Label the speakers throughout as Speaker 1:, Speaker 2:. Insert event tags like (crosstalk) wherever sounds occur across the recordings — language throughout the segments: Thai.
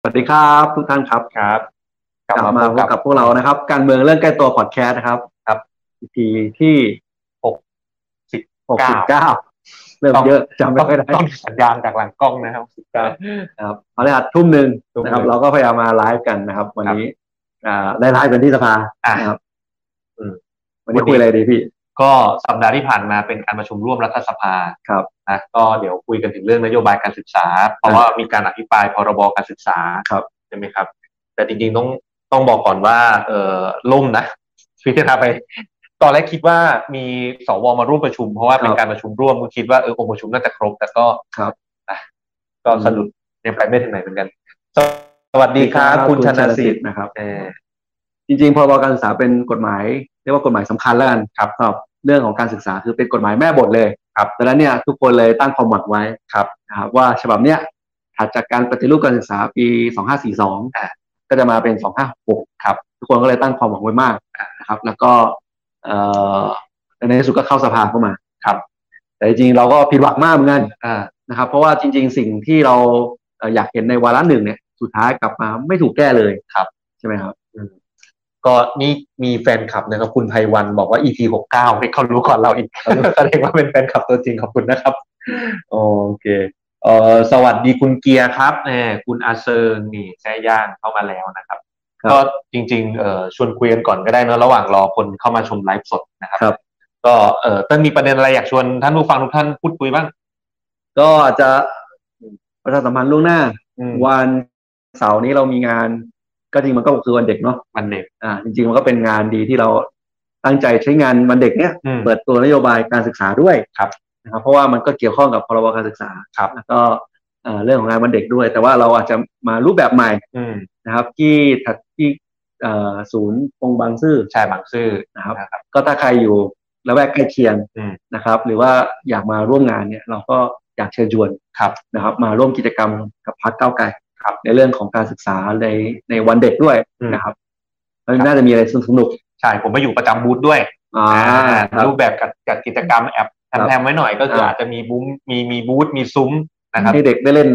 Speaker 1: สวัสดีครับทุกท่านครับ
Speaker 2: ครับ
Speaker 1: กลับมาพบกับพวกเรานะครับ การเมืองเรื่องใกล้ตัวพอดแคสต์นะครับ ครับ EP ที่หกสิบเก้าเริ่มเยอะจำไม่
Speaker 2: ต้อง
Speaker 1: ค่อยได้
Speaker 2: ต้องสัญญาณจากหลังกล้องนะครับสิบเก้า
Speaker 1: ครับเอาเลยอ่ะทุ่มหนึ่งนะครับ
Speaker 2: ทุ่มหนึ่ง
Speaker 1: เราก็พยายามมาไลฟ์กันนะครับ วันนี้ อ่าได้ไลฟ์กันที่สภา
Speaker 2: อ่ะ
Speaker 1: นะครับ
Speaker 2: อืม
Speaker 1: วันนี้คุยอะไรดีพี่
Speaker 2: ก็สัปดาห์ที่ผ่านมาเป็นการประชุมร่วมรัฐสภา
Speaker 1: ครับ
Speaker 2: นะก็เดี๋ยวคุยกันถึงเรื่องนโยบายการศึกษา เพราะว่ามีการอภิปรายพรบการศึกษา
Speaker 1: ครับ
Speaker 2: ใช่ไหมครับ แต่จริงๆต้องต้องบอกก่อนว่า เออล่มนะ (laughs) พิจารณาไป ตอนแรกคิดว่ามีสวมาร่วมประชุม เพราะว่าเป็
Speaker 1: ค
Speaker 2: น
Speaker 1: รับ
Speaker 2: การประชุมร่วมก็คิดว่าเออองค์ประชุมน่าจะครบ แต่ก็
Speaker 1: ครับ
Speaker 2: นะก็สะดุดยังไปไม่ถึงไหนเหมือนกัน สวัสดีครับคุณชนะสิทธิ์
Speaker 1: นะครับ
Speaker 2: เออ
Speaker 1: จริงๆพรบการศึกษาเป็นกฎหมายเรียกว่ากฎหมายสำคัญแล้วกัน
Speaker 2: ครับ
Speaker 1: สำหรับเรื่องของการศึกษาคือเป็นกฎหมายแม่บทเลย
Speaker 2: ครับ
Speaker 1: ดังนั้นเนี่ยทุกคนเลยตั้งความหวังไว้
Speaker 2: ครับ
Speaker 1: นะครับว่าฉบับเนี้ยถัดจากการปฏิรูปการศึกษาปี
Speaker 2: อ่า
Speaker 1: 2542 ก็จะมาเป็น 2566
Speaker 2: ครับ
Speaker 1: ทุกคนก็เลยตั้งความหวังไว้มาก
Speaker 2: อ่า
Speaker 1: นะครับ แล้วก็เอ่อในที่สุดก็เข้าสภาเข้ามา
Speaker 2: ครับ
Speaker 1: แต่จริงๆเราก็ผิดหวังมากเหมือนกัน
Speaker 2: อ่า
Speaker 1: นะครับเพราะว่าจริง ๆ สิ่งที่เราเอ่ออยากเห็นในวาระหนึ่งเนี่ย สุดท้ายกลับมาไม่ถูกแก้เลย
Speaker 2: ครับ
Speaker 1: ใช่ไหมครับ
Speaker 2: ก็นี่มีแฟนคลับนะครับ คุณไพวันบอกว่า EP หกเก้าให้เขารู้ก่อนเราอีก แสดงว่าเป็นแฟนคลับตัวจริงขอบคุณนะครับ โอเคเอ่อสวัสดีคุณเกียร์ครับแหมคุณอาเซิงนี่แซ่ย่างเข้ามาแล้วนะครับ
Speaker 1: ครับ
Speaker 2: ก็จริงๆเอ่อชวนคุยกันก่อนก็ได้เนอะระหว่างรอคนเข้ามาชมไลฟ์สดนะครับ
Speaker 1: ครับ
Speaker 2: ก็เอ่อต้นมีประเด็นอะไรอยากชวนท่านผู้ฟังทุกท่านพูดคุยบ้าง
Speaker 1: ก็อาจจะประชาสัมพันธ์ล่วงหน้า
Speaker 2: อืม
Speaker 1: วันเสาร์นี้เรามีงาน ก็จริงมันก็คือวันเด็กเนาะ
Speaker 2: วันเด็ก
Speaker 1: อ่า จริง ๆ มันก็เป็นงานดีที่เราตั้งใจใช้งานวันเด็กเนี่ย
Speaker 2: อืม
Speaker 1: เปิดตัวนโยบายการศึกษาด้วย
Speaker 2: ครับ
Speaker 1: นะครับเพราะว่ามันก็เกี่ยวข้องกับพรบการศึกษา
Speaker 2: ครับ
Speaker 1: แล้วก็เอ่อเรื่องของงานวันเด็กด้วย แต่ว่าเราอาจจะมารูปแบบใหม่
Speaker 2: อืม
Speaker 1: นะครับ ที่ถัดที่เอ่อศูนย์องค์บางซื่อ
Speaker 2: ชายบางซื่อ
Speaker 1: นะครับ
Speaker 2: นะครับ
Speaker 1: ก็ถ้าใครอยู่ละแวกใกล้เคียง
Speaker 2: อืม
Speaker 1: นะครับ หรือว่าอยากมาร่วมงานเนี่ยเราก็อยากเชิญชวน
Speaker 2: ครับ
Speaker 1: นะครับ มาร่วมกิจกรรมกับพักเก้าวไกล
Speaker 2: ครับ
Speaker 1: ในเรื่องของการศึกษาในในวันเด็กด้วย
Speaker 2: อืม
Speaker 1: นะครับมันน่าจะมีอะไรสนุกสนุก
Speaker 2: ใช่ผมไปอยู่ประจำบูธด้วย
Speaker 1: ๆอ่าครับ
Speaker 2: รูปแบบกับกับกิจกรรมแอบ
Speaker 1: ครับ
Speaker 2: ทำแทมไว้หน่อยก็คื
Speaker 1: ค
Speaker 2: อ
Speaker 1: รับ
Speaker 2: อาจจะมีบูมมีมีบูธมีซุ้มนะครับ
Speaker 1: ให้เด็กได้เล่น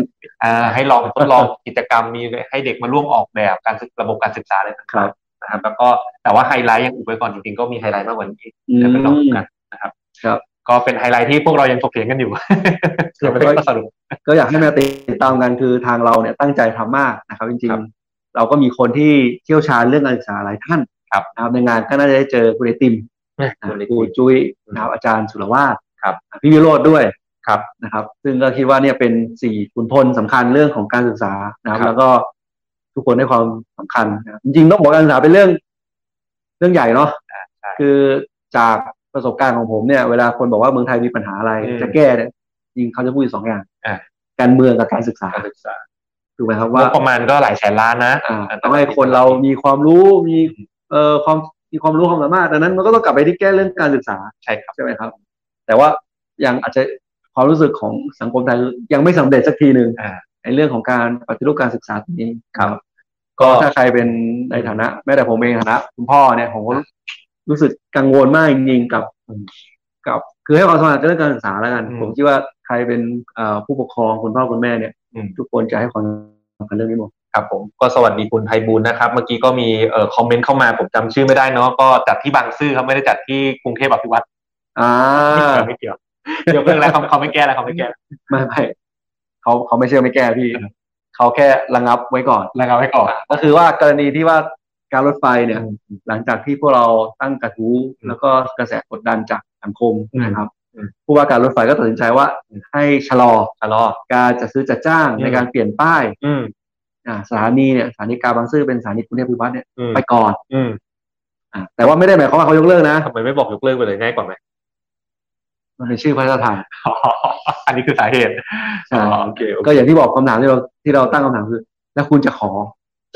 Speaker 2: อ่าให้ลองทดลองกิจกรรมมีให้เด็กมาร่วมออกแบบการศึกระบบการศึกษาอะไร
Speaker 1: ครั
Speaker 2: ต่าง
Speaker 1: บ
Speaker 2: ๆนะครับแล้วก็แต่ว่าไฮไลท์ยังอุบไว้ก่อนจริงๆก็มีไฮไลท์มากกว่านี้
Speaker 1: อืม
Speaker 2: เดี๋ยวไปลองดูกันนะครับ
Speaker 1: ครับ
Speaker 2: ก็เป็นไฮไลท์ที่พวกเรายังถกเถียงกันอยู่ ยังไม่ได้ข้อสรุป
Speaker 1: ก็อยากให้มาติดตามกันคือทางเราเนี่ยตั้งใจทำมากนะครับ จริง
Speaker 2: ครับ
Speaker 1: ๆ เราก็มีคนที่เชี่ยวชาญเรื่องการศึกษาหลายท่าน
Speaker 2: ครับ
Speaker 1: นะครับในงานก็น่าจะได้เจอคุณไอติม
Speaker 2: คุณไอติม
Speaker 1: ครูจุ้ยนะครับอาจารย์สุรวาท
Speaker 2: ครับ
Speaker 1: พี่วิโรธด้วย
Speaker 2: ครับ
Speaker 1: นะครับซึ่งก็คิดว่าเนี่ยเป็นสี่ขุนพลสำคัญเรื่องของการศึกษานะครับ
Speaker 2: ครับ
Speaker 1: แล้วก็ทุกคนให้ความสำคัญนะครับจริงๆต้องบอกว่าการศึกษาเป็นเรื่อง เรื่องใหญ่เนาะ
Speaker 2: ใช่
Speaker 1: คือจากประสบการณ์ของผมเนี่ยเวลาคนบอกว่าเมืองไทยมีปัญหาอะไร
Speaker 2: อืม
Speaker 1: จะแก้เนี่ยจริงเขาจะพูดอยู่สองอย่าง
Speaker 2: อ่ะ
Speaker 1: การเมืองกับการศึกษา
Speaker 2: การศึกษา
Speaker 1: ถูกไหมครับ
Speaker 2: ว่า
Speaker 1: ว่า
Speaker 2: ประมาณก็หลายแสนล้านนะ
Speaker 1: อ่าต้องให้คนเรามีความรู้มีเอ่อความมีความรู้ความสามารถดังนั้นมันก็ต้องกลับไปที่แก้เรื่องการศึกษา
Speaker 2: ใช่ครับ
Speaker 1: ใช่ไหมครับ แต่ว่ายังอาจจะความรู้สึกของสังคมไทยยังไม่สำเร็จสักทีหนึ่ง
Speaker 2: อ่า
Speaker 1: ในเรื่องของการปฏิรูปการศึกษาตรงนี้
Speaker 2: ครับก็
Speaker 1: ก็ถ้าใครเป็นในฐานะ แม้แต่ผมเองในฐานะคุณพ่อเนี่ยผมก็รู้สึกกังวลมากจริงๆกับกับ คือให้ความสำคัญกับเรื่องการศึกษาแล้วกัน
Speaker 2: อืม
Speaker 1: ผมคิดว่าใครเป็นเอ่อผู้ปกครองคุณพ่อคุณแม่เนี่ย
Speaker 2: อืม
Speaker 1: ทุกคนจะให้ความสำคัญเรื่องนี้หมด
Speaker 2: ครับผมก็สวัสดีคุณไพบูลย์นะครับ เมื่อกี้ก็มีเอ่อคอมเมนต์เข้ามาผมจำชื่อไม่ได้เนาะก็จัดที่บางซื่อครับไม่ได้จัดที่กรุงเทพอภิวัตร (laughs)
Speaker 1: อ่า
Speaker 2: ไม่เกี่ยวเดี๋ยวเรื่องแล้วเขาเขาไม่แก้แล้วเขาไม่แก้
Speaker 1: ไม่ไม่เขาเขาไม่เชื่อไม่แก้พี่เขาแค่ระงับไว้ก่อน
Speaker 2: แล้วเราให้ก่อน
Speaker 1: ก็คือว่ากรณีที่ว่าการรถไฟเนี่ย
Speaker 2: อืม
Speaker 1: หลังจากที่พวกเราตั้งกระทู้
Speaker 2: อืม
Speaker 1: แล้วก็กระแสกดดันจากสังคม
Speaker 2: อืม
Speaker 1: นะครับ
Speaker 2: อืม
Speaker 1: ผู้ว่าการรถไฟก็ตัดสินใจว่า
Speaker 2: อืม
Speaker 1: ให้ชะลอ
Speaker 2: ชะลอ
Speaker 1: การจัดซื้อจัดจ้าง
Speaker 2: อืม
Speaker 1: ในการเปลี่ยนป้าย
Speaker 2: อืม
Speaker 1: อ่าสถานีเนี่ยสถานีกลางบางซื่อเป็นสถานีกรุงเทพวิวัฒน์เนี่ย
Speaker 2: อืม
Speaker 1: ไปก่อน
Speaker 2: อืม
Speaker 1: อ่าแต่ว่าไม่ได้หมายความว่าเขายกเลิกนะ
Speaker 2: ทำไมไม่บอกยกเลิกไปเลยง่ายกว่าไหม
Speaker 1: มันเป็นชื่อพระราชทาน
Speaker 2: อ๋ออันนี้คือสาเหตุ
Speaker 1: ใช่
Speaker 2: อ๋อโอเคโอเค
Speaker 1: ก็อย่างที่บอกคำถามที่เราที่เราตั้งคำถามคือ แล้วคุณจะขอ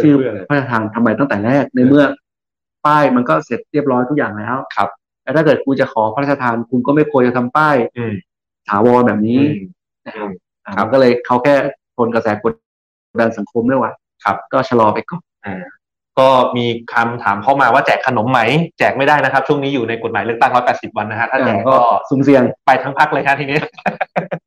Speaker 1: ชื่อ
Speaker 2: เพื่ออะไร
Speaker 1: พระราชทานทำไมตั้งแต่แรกในเมื่อ ป้ายมันก็เสร็จเรียบร้อยทุกอย่างแล้ว
Speaker 2: ครับ
Speaker 1: แต่ถ้าเกิดคุณจะขอพระราชทานคุณก็ไม่ควรจะทำป้าย
Speaker 2: อืม
Speaker 1: ถาวรแบบ
Speaker 2: อื
Speaker 1: นี้
Speaker 2: ม
Speaker 1: นะครับอ่า
Speaker 2: ครับ
Speaker 1: มันก็เลยเขาแค่ทนกระแสกดดันสังคมด้วยว่า
Speaker 2: ครับ
Speaker 1: ก็ชะลอไปก่อน
Speaker 2: ก็มีคำถามเข้ามาว่าแจกขนมไหม แจกไม่ได้นะครับ ช่วงนี้อยู่ในกฎหมายเลือกตั้ง180 วันนะฮะถ้าแจ
Speaker 1: อ่าก ก็
Speaker 2: ก็
Speaker 1: ซุ่มเสี่ยง
Speaker 2: ไปทั้งพักเลยครับทีนี้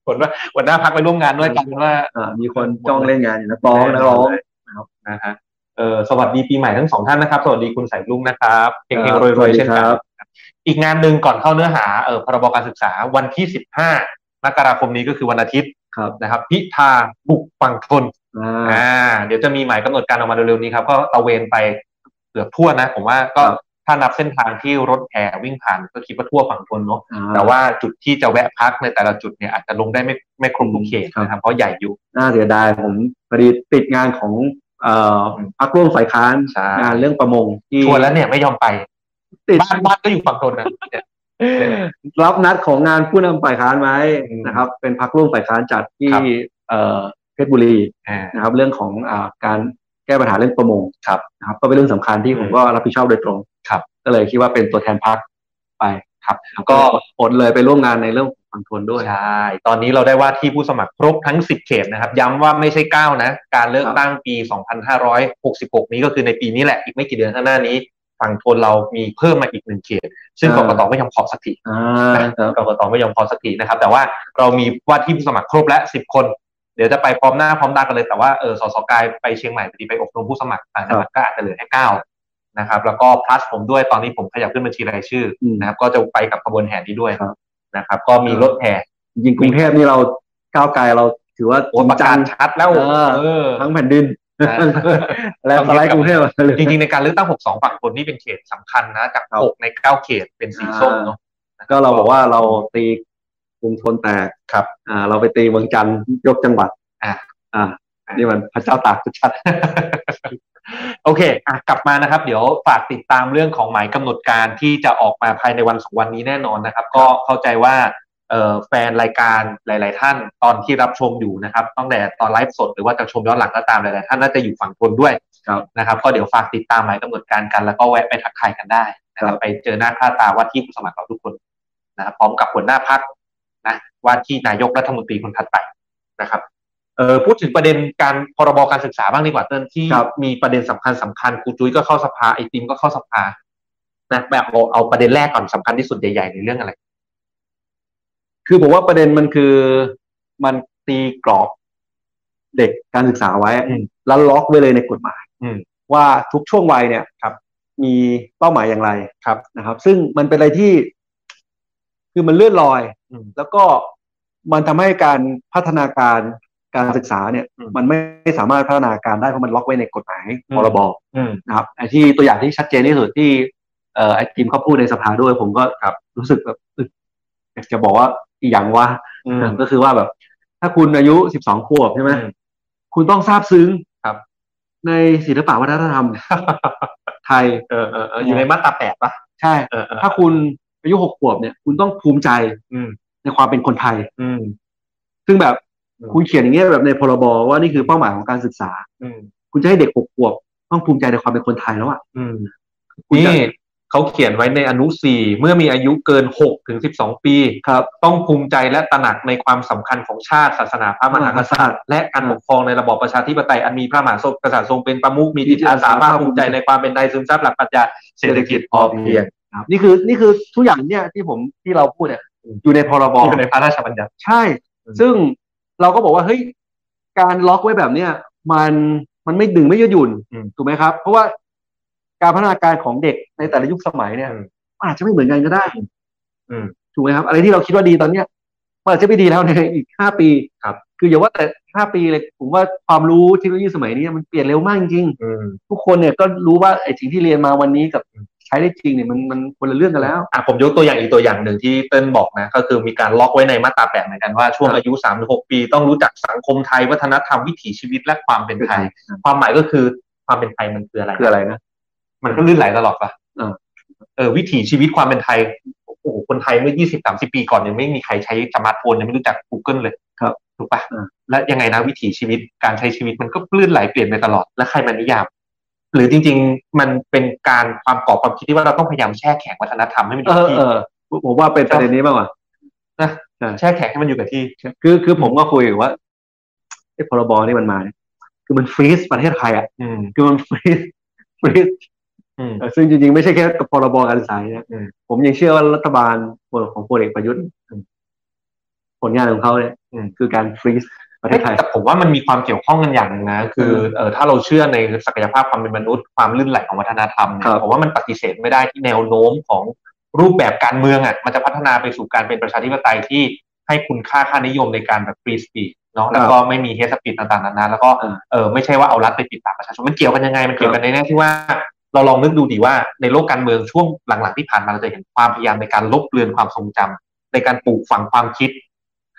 Speaker 2: (laughs) ผลว่าหัวหน้าพักไปร่วมงานด้วยกลายเป็นว่า (laughs)
Speaker 1: อ่ามีคนจ้องเล่นงานอยู่นักร้อง
Speaker 2: แน่
Speaker 1: นั
Speaker 2: นอน
Speaker 1: กร้องนะครับ
Speaker 2: นะฮะเออสวัสดีปีใหม่ทั้งสองท่านนะครับ สวัสดีคุณสายลุงนะครับเฮงๆ
Speaker 1: ครับ
Speaker 2: รวยๆเช่น
Speaker 1: สวัสดี
Speaker 2: กัน
Speaker 1: ครับ
Speaker 2: อีกงานหนึ่งก่อนเข้าเนื้อหาเออพรบการศึกษาวันที่สิบห้ามกราคมนี้ก็คือวันอาทิตย์
Speaker 1: ครับ
Speaker 2: นะครับ พิธาบุกฝั่งทน
Speaker 1: อ่า
Speaker 2: อ่าเดี๋ยวจะมีหมายกำหนดการออกมาเร็วๆนี้ครับ ก็ตระเวนไปเกือบทั่วนะ ผมว่าก็
Speaker 1: ครับ
Speaker 2: ถ้านับเส้นทางที่รถแห่วิ่งผ่านก็คิดว่าทั่วฝั่งทนเนาะ
Speaker 1: อ่
Speaker 2: แต่ว่าจุดที่จะแวะพักในแต่ละจุดเนี่ยอาจจะลงได้ไม่ไม่ครบทุกเขตนะครับเพราะใหญ่อยู่
Speaker 1: น่าเสียดายผมพอดีติดงานของเอ่อ
Speaker 2: อืม
Speaker 1: พักร่วมฝ่ายค้าน
Speaker 2: ใช่
Speaker 1: งานเรื่องประมงที่
Speaker 2: ชวนแล้วเนี่ยไม่ยอมไป
Speaker 1: ติด
Speaker 2: บ้านบ้านก็อยู่ฝั่งทนนะเนี่ย
Speaker 1: รับนัดของงานผู้นำฝ่ายค้านไว้นะครับ เป็นพักร่วมฝ่ายค้านจัดที่เอ่อเพชรบุรี
Speaker 2: อ่า
Speaker 1: นะครับ เรื่องของอ่าการแก้ปัญหาเรื่องประมง
Speaker 2: ครับ
Speaker 1: นะครับ ก็เป็นเรื่องสำคัญที่
Speaker 2: อืม
Speaker 1: ผมก็รับผิดชอบโดยตรง
Speaker 2: ครับ
Speaker 1: ก็เลยคิดว่าเป็นตัวแทนพักไป
Speaker 2: ครับ
Speaker 1: แล้วก็ผลเลยไปร่วมงานในเรื่องของฝั่งทนด้วย
Speaker 2: ใช่ตอนนี้เราได้ว่าที่ผู้สมัครครบทั้ง 10 เขตนะครับ ย้ำว่าไม่ใช่9นะ การเลือกตั้งปี 2566 นี้ก็คือในปีนี้แหละอีกไม่กี่เดือนข้างหน้านี้ ฝั่งทนเรามีเพิ่มมาอีกหนึ่งเขต ซึ่งก
Speaker 1: อ่า
Speaker 2: กตไม่ยอมขอสักที
Speaker 1: อ่า
Speaker 2: นะ
Speaker 1: ครั
Speaker 2: ก
Speaker 1: บ
Speaker 2: กตไม่ยอมขอสักทีนะครับ แต่ว่าเรามีว่าที่ผู้สมัครครบและ 10 คน เดี๋ยวจะไปพร้อมหน้าพร้อมตากันเลยแต่ว่าเออสสกายไปเชียงใหม่พอดีไปอบรมผู้สมัครต่างจังหวัดก็อาจจะเหลือแค่9นะครับ แล้วก็ plus ผมด้วยตอนนี้ผมขยับขึ้นบัญชีรายชื่อ
Speaker 1: อืม
Speaker 2: นะครับ ก็จะไปกับขบวนแห่นี้ด้วย
Speaker 1: ครับ
Speaker 2: นะครับ ก็มีรถแห่
Speaker 1: จริงๆกรุงเทพนี่เราก้าวไกลเราถือว่า
Speaker 2: โอ้ประกาศชัดแล้ว
Speaker 1: เออ
Speaker 2: เออ (laughs)
Speaker 1: ทั้งแผ่นดิน
Speaker 2: นะ
Speaker 1: และสไลด์กรุงเทพเลย
Speaker 2: จริงๆ ในการเลือกตั้ง 62 ฝั่งคนนี่เป็นเขตสำคัญนะ จาก
Speaker 1: ครับ
Speaker 2: 6 ใน 9 เขตเป็นสีส้มเนาะ
Speaker 1: ก็เราบอกว่าเราตีกรุงทนแตก
Speaker 2: ครับ
Speaker 1: อ่า เราไปตีเมืองจันทร์ยกจังหวัด
Speaker 2: อ่า
Speaker 1: อ่า นี่มันพระเจ้าตากชัด
Speaker 2: (laughs) โอเคอ่ะกลับมานะครับ เดี๋ยวฝากติดตามเรื่องของหมายกำหนดการที่จะออกมาภายในวันสองวันนี้แน่นอนนะครับ ก็เข้าใจว่าเอ่อแฟนรายการหลาย ๆ ท่านตอนที่รับชมอยู่นะครับตั้งแต่ตอนไลฟ์สดหรือว่าจะชมย้อนหลังก็ตามหลาย ๆ ท่านน่าจะอยู่ฝั่งทนด้วย
Speaker 1: ครับ
Speaker 2: นะครับ ก็เดี๋ยวฝากติดตามหมายกำหนดการกันแล้วก็แวะไปทักทายกันได้นะค
Speaker 1: ค
Speaker 2: รั
Speaker 1: รับ บ
Speaker 2: ไปเจอหน้าค่าตาว่าที่ผู้สมัครเราทุกคนนะครับพร้อมกับหัวหน้าพักนะว่าที่นายกรัฐมนตรีคนถัดไปนะครับ เออพูดถึงประเด็นการพรบการศึกษาบ้างดีกว่าเติ้ลที่
Speaker 1: ครับ
Speaker 2: มีประเด็นสำคัญสำคัญครูจุ้ยก็เข้าสภาไอติมก็เข้าสภานะแบบเอาเอาประเด็นแรกก่อนสำคัญที่สุดใหญ่ๆในเรื่องอะไร
Speaker 1: ๆคือผมว่าประเด็นมันคือมันตีกรอบเด็กการศึกษาไว้
Speaker 2: อืม
Speaker 1: แล้วล็อกไว้เลยในกฎหมาย
Speaker 2: อืม
Speaker 1: ว่าทุกช่วงวัยเนี่ย
Speaker 2: ครับ
Speaker 1: มีเป้าหมายอย่างไร
Speaker 2: ครับ
Speaker 1: นะครับ ซึ่งมันเป็นอะไรที่ คือมันเลื่อนลอย
Speaker 2: อืม
Speaker 1: แล้วก็มันทำให้การพัฒนาการการศึกษาเนี่ย
Speaker 2: อืม
Speaker 1: มันไม่สามารถพัฒนาการได้เพราะมันล็อกไว้ในกฎหมาย
Speaker 2: อืม
Speaker 1: พรบ
Speaker 2: อืม
Speaker 1: นะครับไอ้ที่ตัวอย่างที่ชัดเจนที่สุดที่เอ่อไอ้ทีมเขาพูดในสภาด้วย ผมก็
Speaker 2: ครับ
Speaker 1: รู้สึกแบบอึกอยากจะบอกว่าอีกอย่างว่า
Speaker 2: อืม
Speaker 1: ก็คือว่าแบบ ถ้าคุณอายุสิบสองขวบใช่ไหม
Speaker 2: อืม
Speaker 1: คุณต้องซาบซึ้ง
Speaker 2: ครับ
Speaker 1: ในศิลปะวัฒนธรรมไทย
Speaker 2: (laughs) เออเออเอออยู่ในมาตราแปดปะ
Speaker 1: ใช่
Speaker 2: เออเออ
Speaker 1: ถ้าคุณอายุหกขวบเนี่ย คุณต้องภูมิใจ
Speaker 2: อืม
Speaker 1: ในความเป็นคนไทย
Speaker 2: อืม
Speaker 1: ซึ่งแบบ
Speaker 2: อืม
Speaker 1: คุณเขียนอย่างเงี้ยแบบในพรบว่านี่คือเป้าหมายของการศึกษา
Speaker 2: อืม
Speaker 1: คุณจะให้เด็กหกขวบ ต้องภูมิใจในความเป็นคนไทยแล้วอ่ะ
Speaker 2: อืม
Speaker 1: คุณจะ
Speaker 2: นี่เขาเขียนไว้ในอนุสี่เมื่อมีอายุเกินหกถึงสิบสองปี
Speaker 1: ครับ
Speaker 2: ต้องภูมิใจและตระหนักในความสำคัญของชาติศาสนาพระมหากษัตริย์ และการปกครองในระบอบประชาธิปไตยอันมีพระมหากษัตริย์ทรงเป็นประมุขมีจิตอาสาภาคภูมิใจในความเป็นไทยซึมซับหลักปรัชญาเศรษฐกิจพอเพียง
Speaker 1: ครับนี่คือนี่คือทุกอย่างเนี่ยที่ผมที่เราพูดเนี่ย
Speaker 2: อืม
Speaker 1: อยู่ในพรบ
Speaker 2: อยู่ในพระราชบัญญัติ
Speaker 1: ใช่
Speaker 2: อืม
Speaker 1: ซึ่งเราก็บอกว่าเฮ้ยการล็อกไว้แบบเนี้ยมันมันไม่ดึงไม่ยืดหยุ่นถูกไหมครับ เพราะว่าการพัฒนาการของเด็กในแต่ละยุคสมัยเนี่ย
Speaker 2: อืม
Speaker 1: มันอาจจะไม่เหมือนกันก็ได้
Speaker 2: อืม
Speaker 1: ถูกไหมครับ อะไรที่เราคิดว่าดีตอนเนี้ยมันอาจจะไม่ดีแล้วในอีกห้าปี
Speaker 2: ครับ
Speaker 1: คืออย่าว่าแต่ห้าปีเลยผมว่าความรู้เทคโนโลยีสมัยนี้มันเปลี่ยนเร็วมากจริง
Speaker 2: อืม
Speaker 1: ๆทุกคนเนี่ยก็รู้ว่าไอ้สิ่งที่เรียนมาวันนี้กับใช้ได้จริงเนี่ยมันมันคนละเรื่องกันแล้ว
Speaker 2: อ่ะผมยกตัวอย่างอีกตัวอย่างหนึ่งที่เติ้ลบอกนะ ก็คือมีการล็อกไว้ในมาตราแปดเหมือนกันว่าช่วง
Speaker 1: ครับ
Speaker 2: อายุ3ามถึงหปี ต้องรู้จักสังคมไทยวัฒนธรรมวิถีชีวิตและความเป็นไทย ความหมายก็คือความเป็นไทยมันคืออะไร
Speaker 1: คืออะไรนะ
Speaker 2: มันก็ลื่นไหลตลอดปะ
Speaker 1: เออ
Speaker 2: เออวิถีชีวิตความเป็นไทย โอ้โห คนไทยเมื่อ 20-30 ปีก่อนยังไม่มีใครใช้สมาร์ทโฟนยังไม่รู้จัก Google เลย
Speaker 1: ครับ
Speaker 2: ถูกปะ
Speaker 1: อ่า
Speaker 2: และยังไงนะวิถีชีวิตการใช้ชีวิตมันก็ลื่นไหลเปลี่ยนไปตลอด และใครมานิยาม หรือจริง ๆ มันเป็นการความกรอบความคิดที่ว่าเราต้องพยายามแช่แข็งวัฒนธรรมให้มันอ
Speaker 1: เอยู่ อ
Speaker 2: กับที่
Speaker 1: เออผมว่าเป็นประเด็นนี้มากกว่า อ
Speaker 2: แช่แข็งให้มันอยู่กับที่
Speaker 1: คือคือผมก็คุยอยู่ว่าไอ้พรบนี่มันมาเนี่ยคือมันฟรีซประเทศไทยอ่ะ
Speaker 2: อืม
Speaker 1: คือมันฟรี (laughs) ซฟรีซ
Speaker 2: อืม
Speaker 1: เออซึ่งจริงๆ ไม่ใช่แค่กับพรบการศึกษาเนี่ย
Speaker 2: อืม
Speaker 1: ผมยังเชื่อว่ารัฐบาลของพลเอกประยุทธ์ผลงานของเขาเนี่ย
Speaker 2: อืม
Speaker 1: คือการฟรีซ ประเทศไทย
Speaker 2: แต่ผมว่ามันมีความเกี่ยวข้องกันอย่างหนึงนะ คือเอ่อถ้าเราเชื่อในศักยภาพความเป็นมนุษย์ความลื่นไหลของวัฒนธรรมเนี่
Speaker 1: ครั
Speaker 2: ย
Speaker 1: บ
Speaker 2: ผมว่ามันปฏิเสธไม่ได้ที่แนวโน้มของรูปแบบการเมืองอ่ะมันจะพัฒนาไปสู่การเป็นประชาธิปไตยที่ให้คุณค่าค่านิยมในการแบบฟรีสปีดเนาะแล้วก็ไม่มีเฮสปีดต่างๆนานาแล้วก็ เออไม่ใช่ว่าเอารัฐไปปิดปากประชาชนมันเกี่ยวกันยังไง มันเกี่ยวกันในแง่ที่ว่า เราลองนึกดูดีว่าในโลกการเมืองช่วงหลังๆที่ผ่านมาเราจะเห็นความพยายามในการลบเลือนความทรงจำในการปลูกฝังความคิด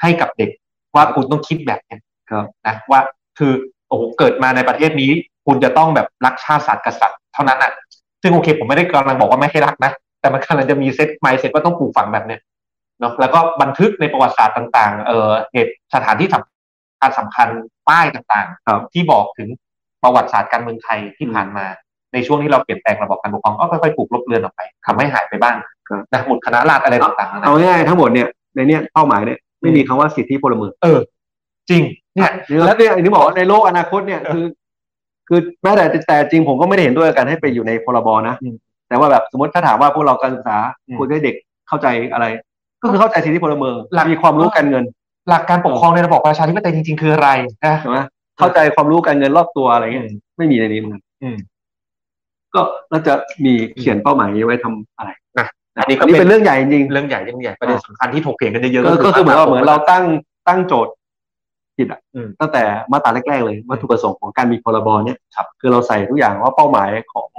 Speaker 2: ให้กับเด็กว่าคุณต้องคิดแบบเนี้ย
Speaker 1: ครับ
Speaker 2: นะว่าคือโอ้โหเกิดมาในประเทศนี้ คุณจะต้องแบบรักชาติศาสตร์กษัตริย์เท่านั้นอ่ะซึ่งโอเค ผมไม่ได้กำลังบอกว่าไม่ให้รักนะ แต่มันกำลังจะมีเซตไมเซ็ตว่าต้องปลูกฝังแบบเนี้ยเนาะแล้วก็บันทึกในประวัติศาสตร์ต่าง ๆ เอ่อเหตุสถานที่สำคัญสำคัญป้ายต่าง
Speaker 1: ครับ
Speaker 2: ๆ ที่บอกถึงประวัติศาสตร์การเมืองไทยที่ผ่านมา ในช่วงที่เราเปลี่ยนแปลงระบบการปกครองก็ค่อยๆปลูกลบเลือนออกไปทำให้หายไปบ้าง
Speaker 1: ครับ
Speaker 2: นะหมุดคณะราษฎรอะไรต่างๆนะ
Speaker 1: เอาง่ายๆทั้งหมดเนี่ยในเนี้ยเป้าหมายเนี่ยไม่มีคำว่าสิทธิพลเมือง
Speaker 2: เออ จริงเนี่ย
Speaker 1: แล้วเนี่ยอันนี้บอกว่าในโลกอนาคตเนี่ยคือ คือแม้แต่แต่จริงผมก็ไม่ได้เห็นด้วยกับการให้ไปอยู่ในพรบนะ
Speaker 2: อืม
Speaker 1: แต่ว่าแบบสมมติถ้าถามว่าพวกเราการศึกษา
Speaker 2: อืม
Speaker 1: ควรจะให้เด็กเข้าใจอะไร ก็คือเข้าใจสิทธิพลเมือง
Speaker 2: หลัก
Speaker 1: มีความรู้การเงิน
Speaker 2: หลักการปกครองในระบอบประชาธิปไตยจริงๆคืออะไรนะ
Speaker 1: ใช่ไหมเข้าใจความรู้การเงินรอบตัวอะไรเงี้ยไม่มีในนี้มัน
Speaker 2: อืม
Speaker 1: ก็เราจะมีเขียนเป้าหมายไว้ทำอะไร
Speaker 2: นะอั
Speaker 1: อั
Speaker 2: นนี้ก็
Speaker 1: นนี้
Speaker 2: เป็
Speaker 1: เป็น นเรื่องใหญ่จริง
Speaker 2: เรื่องใหญ่เรื่องใหญ่ประเด็น
Speaker 1: อ่ะ
Speaker 2: สำคัญที่ถกเถียงกันเยอะ
Speaker 1: ก็
Speaker 2: ๆ
Speaker 1: ก็คือเหมือนว่าเหมือนเราตั้งตั้งโจทย์ผิดอ่ะ
Speaker 2: อืม
Speaker 1: ตั้งแต่มาตราแรกๆเลยวัตถุประสงค์ของการมีพรบเนี่ย
Speaker 2: ครับ
Speaker 1: คือเราใส่ทุกอย่างว่าเป้าหมายของ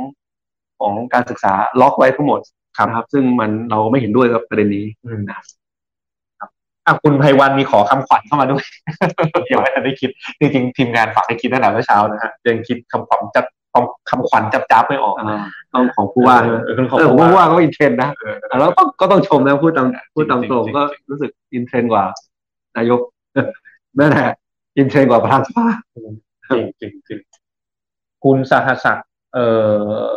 Speaker 1: ของการศึกษาล็อกไว้ทั้งหมด
Speaker 2: ครับ
Speaker 1: นะครับ ซึ่งมันเราไม่เห็นด้วยกับประเด็นนี้
Speaker 2: อืมครับอ่ะคุณไพวันมีขอคำขวัญเข้ามาด้วย (laughs) ยังไม่ทันได้คิด จริงๆทีมงานฝากให้คิดตั้งแต่เมื่อเช้านะฮะยังคิดคำขวัญจับคำขวัญจับจ้าบไม่ออก
Speaker 1: อ่าต้องของผู้ว่าใช่ไหม
Speaker 2: เออของ
Speaker 1: เออผม
Speaker 2: ผู้
Speaker 1: ว่าผู้
Speaker 2: ว่า
Speaker 1: ว่าก็อินเทรนด์นะ
Speaker 2: เออ
Speaker 1: แล้วก็ก็ต้องชมนะพูดตามพูดตามตรง
Speaker 2: จริงๆ
Speaker 1: ก็รู้สึกอินเทรนด์กว่านายก (laughs) นั่นแหละอินเทรนด์กว่าประธานสภา
Speaker 2: จริงจริงจริงคุณสหศักดิ์เอ่อ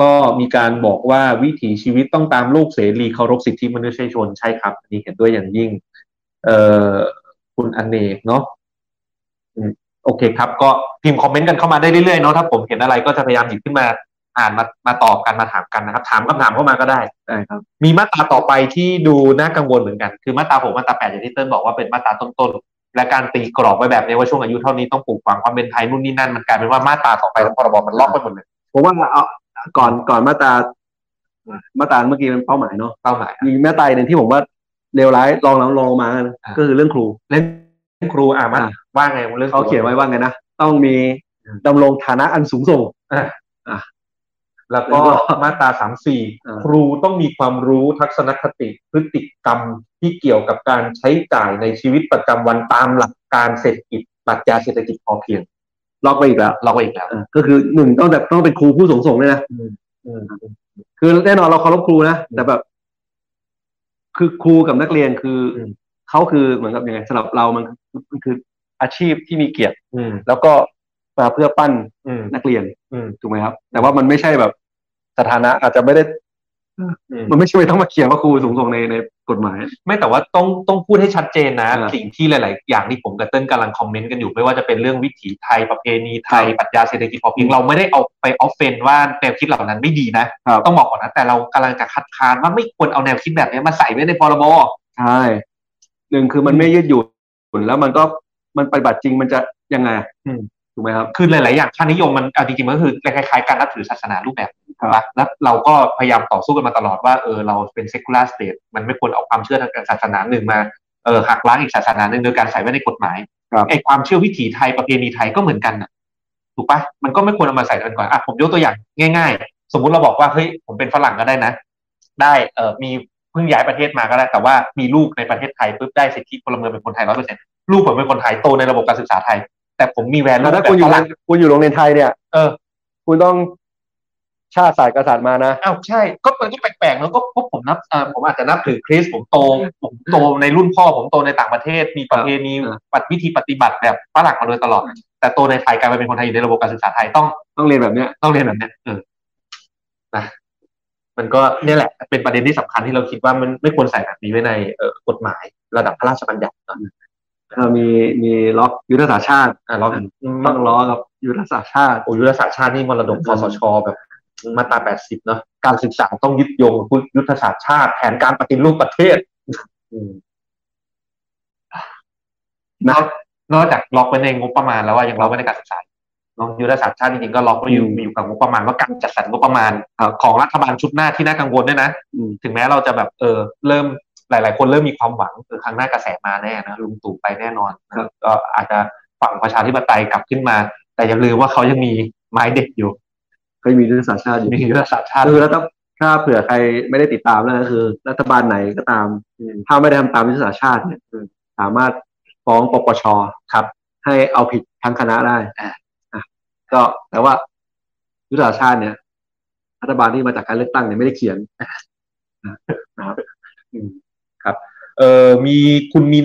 Speaker 2: ก็มีการบอกว่าวิถีชีวิตต้องตามโลกเสรีเคารพสิทธิมนุษยชนใช่ครับอันนี้เห็นด้วยอย่างยิ่ง เอ่อคุณอเนกเนาะอืมโอเคครับ ก็พิมพ์คอมเมนต์กันเข้ามาได้เรื่อยๆเนาะถ้าผมเห็นอะไรก็จะพยายามหยิบขึ้นมาอ่านมามาตอบกันมาถามกันนะครับ ถามคำถามเข้ามาก็ได้
Speaker 1: ได้ครับ
Speaker 2: มีมาตราต่อไปที่ดูน่ากังวลเหมือนกัน คือมาตราหกมาตราแปดอย่างที่เติ้ลบอกว่าเป็นมาตราต้นๆ และการตีกรอบไว้แบบนี้ว่าช่วงอายุเท่านี้ต้องปลูกฝังความเป็นไทยนู่นนี่นั่นมันกลายเป็นว่ามาตราต่อไปของพรบมันล็อกไปหมดเลย
Speaker 1: ผมว่าเอาก่อนก่อนมาตรามาตราเมื่อกี้เป็นเป้าหมายเนาะ
Speaker 2: เป้าหมาย
Speaker 1: มีแม่ตายหนึ่งที่ผมว่าเลวร้ายลองลองลองมา
Speaker 2: า
Speaker 1: ก็คือเรื่องครู
Speaker 2: เล่นครูอ่ะมัน
Speaker 1: อ่ะ
Speaker 2: ว่าไงเรื่อง
Speaker 1: เขาเขียนไว้ว่าไงนะ ต้องมี
Speaker 2: อืม
Speaker 1: ดำรงฐานะอันสูงส่ง
Speaker 2: แล้วก็
Speaker 1: แล้วก็
Speaker 2: มาตราสามสี่
Speaker 1: อ่า
Speaker 2: ครูต้องมีความรู้ทัศนคติพฤติกรรมที่เกี่ยวกับการใช้จ่ายในชีวิตประจำวันตามหลักการเศรษฐกิจปรัชญาเศรษฐกิจพอเพียง
Speaker 1: ล็อกไปอีกแล้ว
Speaker 2: ล็อกไว้อีกแล้ว
Speaker 1: เออก็คือหนึ่งต้องแบบต้องเป็นครูผู้สูงส่งเลยนะ
Speaker 2: อืมอืมอืม
Speaker 1: คือแน่นอนเราเคารพครูนะแต่แบบ คือครูกับนักเรียนคืออ
Speaker 2: ม
Speaker 1: เขาคือเหมือนกับยังไงสำหรับเรามันคือมันคืออาชีพที่มีเกียรติ
Speaker 2: อืม
Speaker 1: แล้วก็มาเพื่อปั้น
Speaker 2: อืม
Speaker 1: นักเรียน
Speaker 2: อืม
Speaker 1: ถูกไหมครับ แต่ว่ามันไม่ใช่แบบ สถานะอาจจะไม่ได้
Speaker 2: อืม
Speaker 1: มันไม่ใช่ไม่ต้องมาเขียนว่าครูสูงส่งในในกฎหมาย
Speaker 2: ไม่แต่ว่าต้องต้องพูดให้ชัดเจนนะ
Speaker 1: อ่า
Speaker 2: สิ่งที่หลาย ๆ อย่างที่ผมกับเติ้ลกำลังคอมเมนต์กันอยู่ ไม่ว่าจะเป็นเรื่องวิถีไทยประเพณีไทยปรัชญาเศรษฐกิจพอเพียงเราไม่ได้เอาไปออฟเฟนว่าแนวคิดเหล่านั้นไม่ดีนะ
Speaker 1: ครับ
Speaker 2: ต้องบอกก่อนนะ แต่เรากำลังจะคัดค้านว่าไม่ควรเอาแนวคิดแบบนี้มาใส่ไว้ในพรบ
Speaker 1: ใช่หนึ่งคือมันไม่ยืดหยุ่นแล้วมันก็มันปฏิบัติจริงมันจะยังไงอะถูกไหมครับ
Speaker 2: คือหลาย ๆ อย่างค่านิยมมันเอาจริง ๆ มันก็คือคล้าย ๆ การนับถือศาสนารูปแบบ
Speaker 1: ครับ
Speaker 2: นะแล้วเราก็พยายามต่อสู้กันมาตลอดว่าเออเราเป็น secular state มันไม่ควรเอาความเชื่อทางการศาสนาหนึ่งมาเออหักล้างอีกศาสนาหนึ่งโดยการใส่ไว้ในกฎหมาย ไอความเชื่อวิถีไทยประเพณีไทยก็เหมือนกันน่ะ ถูกปะมันก็ไม่ควรเอามาใส่กันก่อนอ่ะผมยกตัวอย่างง่าย ๆ สมมุติเราบอกว่าเฮ้ยผมเป็นฝรั่งก็ได้นะ ได้เออมีเพิ่งย้ายประเทศมาก็ได้ แต่ว่ามีลูกในประเทศไทยปุ๊บได้สิทธิพลเมืองเป็นคนไทยร้อยเปอร์เซ็นต์ลูกผมเป็นคนไทยโตในระบบการศึกษาไทย แต่ผมมีแวลู
Speaker 1: แล้ว
Speaker 2: แบ
Speaker 1: ถ้า
Speaker 2: บ
Speaker 1: คุณอ
Speaker 2: ฝ
Speaker 1: ยู่โร
Speaker 2: รั่
Speaker 1: ง
Speaker 2: ง
Speaker 1: คุณอยู่โรงเรียนไทยเนี่ย
Speaker 2: เออ
Speaker 1: คุณต้องชาติศาสตร์กษัตริย์มานะ
Speaker 2: อ้าวใช่ก็มันก็แปลกๆแล้วก็พบผมนับเอ่อผมอาจจะนับถือคริสต์ผมโตผมโตในรุ่นพ่อผมโตในต่างประเทศ มีประเพณี
Speaker 1: อ่า
Speaker 2: ปฏิวิธีปฏิบัติแบบฝรั่งมาโดยตลอด แต่โตในไทยกลายมาเป็นคนไทยอยู่ในระบบการศึกษาไทยต้อง
Speaker 1: ต้องเรียนแบบเนี้ย
Speaker 2: ต้องเรียนแบบเนี้ยเออนะมันก็เนี่ยแหละ เป็นประเด็นที่สำคัญที่เราคิดว่ามันไม่ควรใส่แบบนี้ไว้ในเอ่อกฎหมายระดับพระราชบัญญัติเนอะ
Speaker 1: เรามีมีล็อกยุทธศาสตร์ชาติ
Speaker 2: อ่ะเรา
Speaker 1: ต้องล้อกับยุทธศาสตร์ชาติ
Speaker 2: โอยุทธศาสตร์ชาตินี่มรดกค
Speaker 1: อื
Speaker 2: อ
Speaker 1: ม
Speaker 2: สชแบบมาตราแปดสิบเนาะการศึกษาต้องยึดโยงกับยุทธศาสตร์ชาติ แผนการปฏิรูปประเทศ
Speaker 1: นะ
Speaker 2: นอกจากล็อกไว้ในงบประมาณแล้วว่ายังล็อกไว้ในการศึกษาน้องยุทธศาสตร์ชาติจริงๆก็ล็อกไว้อยู่
Speaker 1: อืม
Speaker 2: อยู่กับงบประมาณว่าการจัดสรรงบประมาณ
Speaker 1: ครับ
Speaker 2: ของรัฐบาลชุดหน้าที่น่ากังวลด้วยนะ
Speaker 1: อืม
Speaker 2: ถึงแม้เราจะแบบเออเริ่มหลาย ๆ คนเริ่มมีความหวังเออครั้งหน้ากระแสมาแน่นะลุงตู่ไปแน่นอนนะก็อาจจะฝั่งประชาธิปไตยกลับขึ้นมา แต่อย่าลืมว่าเขายังมีไม้เด็กอยู่
Speaker 1: ก็ยังมียุทธศาสตร์ชาติอยู่
Speaker 2: มียุทธศาสตร์ชาติ
Speaker 1: คือแล้วถ้าถ้าเผื่อใครไม่ได้ติดตามแล้วก็คือ รัฐบาลไหนก็ตาม ถ้าไม่ได้ทำตามยุทธศาสตร์ชาติเนี่ยคือสามารถฟ้องปปช
Speaker 2: ครับ
Speaker 1: ให้เอาผิดทั้งคณะได้
Speaker 2: อ่า
Speaker 1: อ่ะก็แต่ว่ายุทธศาสตร์ชาติเนี่ย รัฐบาลที่มาจากการเลือกตั้งเนี่ยไม่ได้เขียน
Speaker 2: เออมีคุณมี